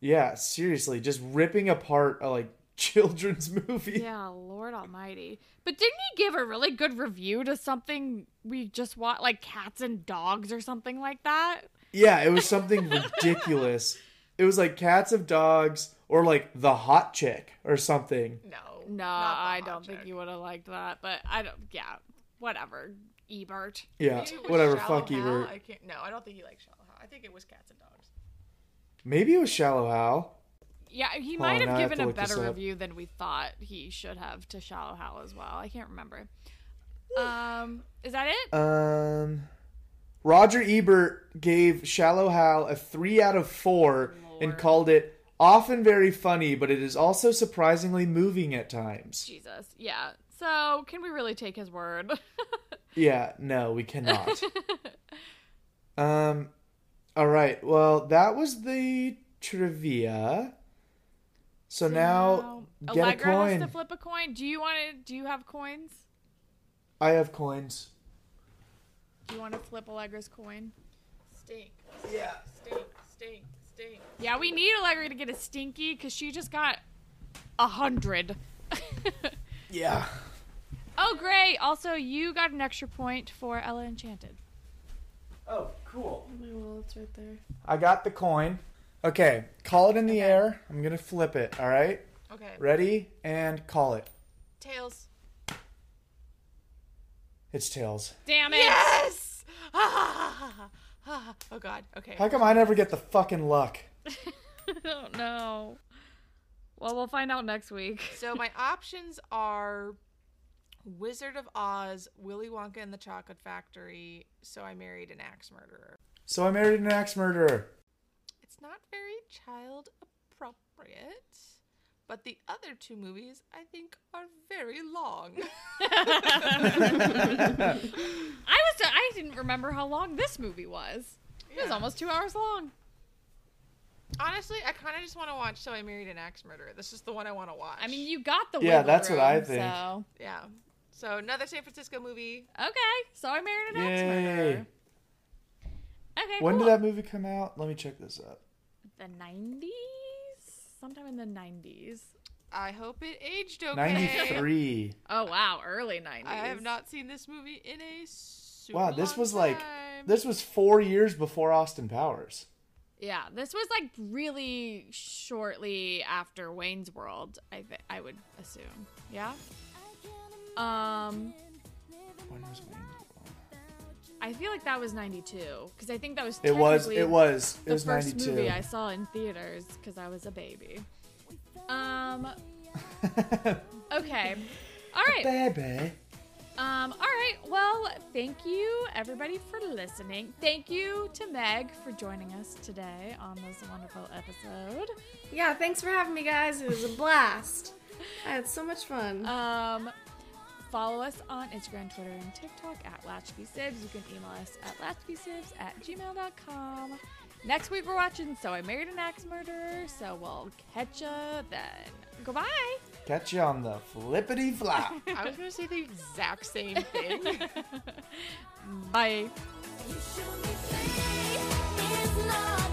Yeah, seriously, just ripping apart a like children's movie. Yeah, Lord Almighty. But didn't he give a really good review to something we just watched, like cats and dogs or something like that? Yeah, it was something ridiculous. It was like cats of dogs or like the hot chick or something. No. No, not the I hot don't chick. think you would have liked that. But I don't. Yeah, whatever. Ebert. Yeah, Maybe it was whatever. Shallow Fuck Hal. Ebert. I can't. No, I don't think he likes shallow. Hal. I think it was cats and dogs. Maybe it was Shallow Hal. Yeah, he Hold might on, now have I have given to a look this better up. review than we thought he should have to Shallow Hal as well. I can't remember. Um, is that it? Um, Roger Ebert gave Shallow Hal a three out of four and called it often very funny, but it is also surprisingly moving at times. Jesus. Yeah. So can we really take his word? Yeah, no, we cannot. um, all right. Well, that was the trivia. So now No. get Allegra a has to coin. flip a coin. Do you want to? Do you have coins? I have coins. Do you want to flip Allegra's coin? Stink. Yeah. Stink. Stink. Stink. Yeah, we need Allegra to get a stinky because she just got a hundred. Yeah. oh, great. Also, you got an extra point for Ella Enchanted. Oh, cool. My wallet's right there. I got the coin. Okay, call it in the air. I'm gonna flip it. All right. Okay. Ready and call it. Tails. It's tails. Damn it. Yes! Ah, oh god. Okay. How come I never get the fucking luck? I don't know. Oh, Well, we'll find out next week. So my options are Wizard of Oz, Willy Wonka and the Chocolate Factory, So I Married an Axe Murderer. So I married an axe murderer. It's not very child appropriate, but the other two movies I think are very long. I was I didn't remember how long this movie was. It was Yeah. almost 2 hours long. Honestly, I kind of just want to watch So I Married an Axe Murderer. This is the one I want to watch. I mean, you got the Yeah, wiggle that's what room, I think. So. yeah. So another San Francisco movie. Okay. So I married an axe Yay! murderer. Okay. When cool. did that movie come out? Let me check this up. The 90s? Sometime in the 90s. I hope it aged okay. Ninety-three. Oh, wow. Early 90s. I have not seen this movie in a super Wow, this long was like time. this was four years before Austin Powers. Yeah. This was like really shortly after Wayne's World, I, th- I would assume. Yeah? Um, When was Wayne's World? I feel like that was 92. Because I think that was It was. technically It was. It the was first ninety-two. movie I saw in theaters because I was a baby. Um, okay. All right. Baby. Um, all right. Well, thank you everybody for listening. Thank you to Meg for joining us today on this wonderful episode. Yeah, thanks for having me, guys. It was a blast. I had so much fun. Um, follow us on Instagram, Twitter, and TikTok at LatchkeySibs. You can email us at LatchkeySibs at gmail.com. Next week we're watching So I Married an Axe Murderer, so we'll catch ya then. Goodbye. Catch you on the flippity flop. I was going to say the exact same thing. Bye. You show me faith is love.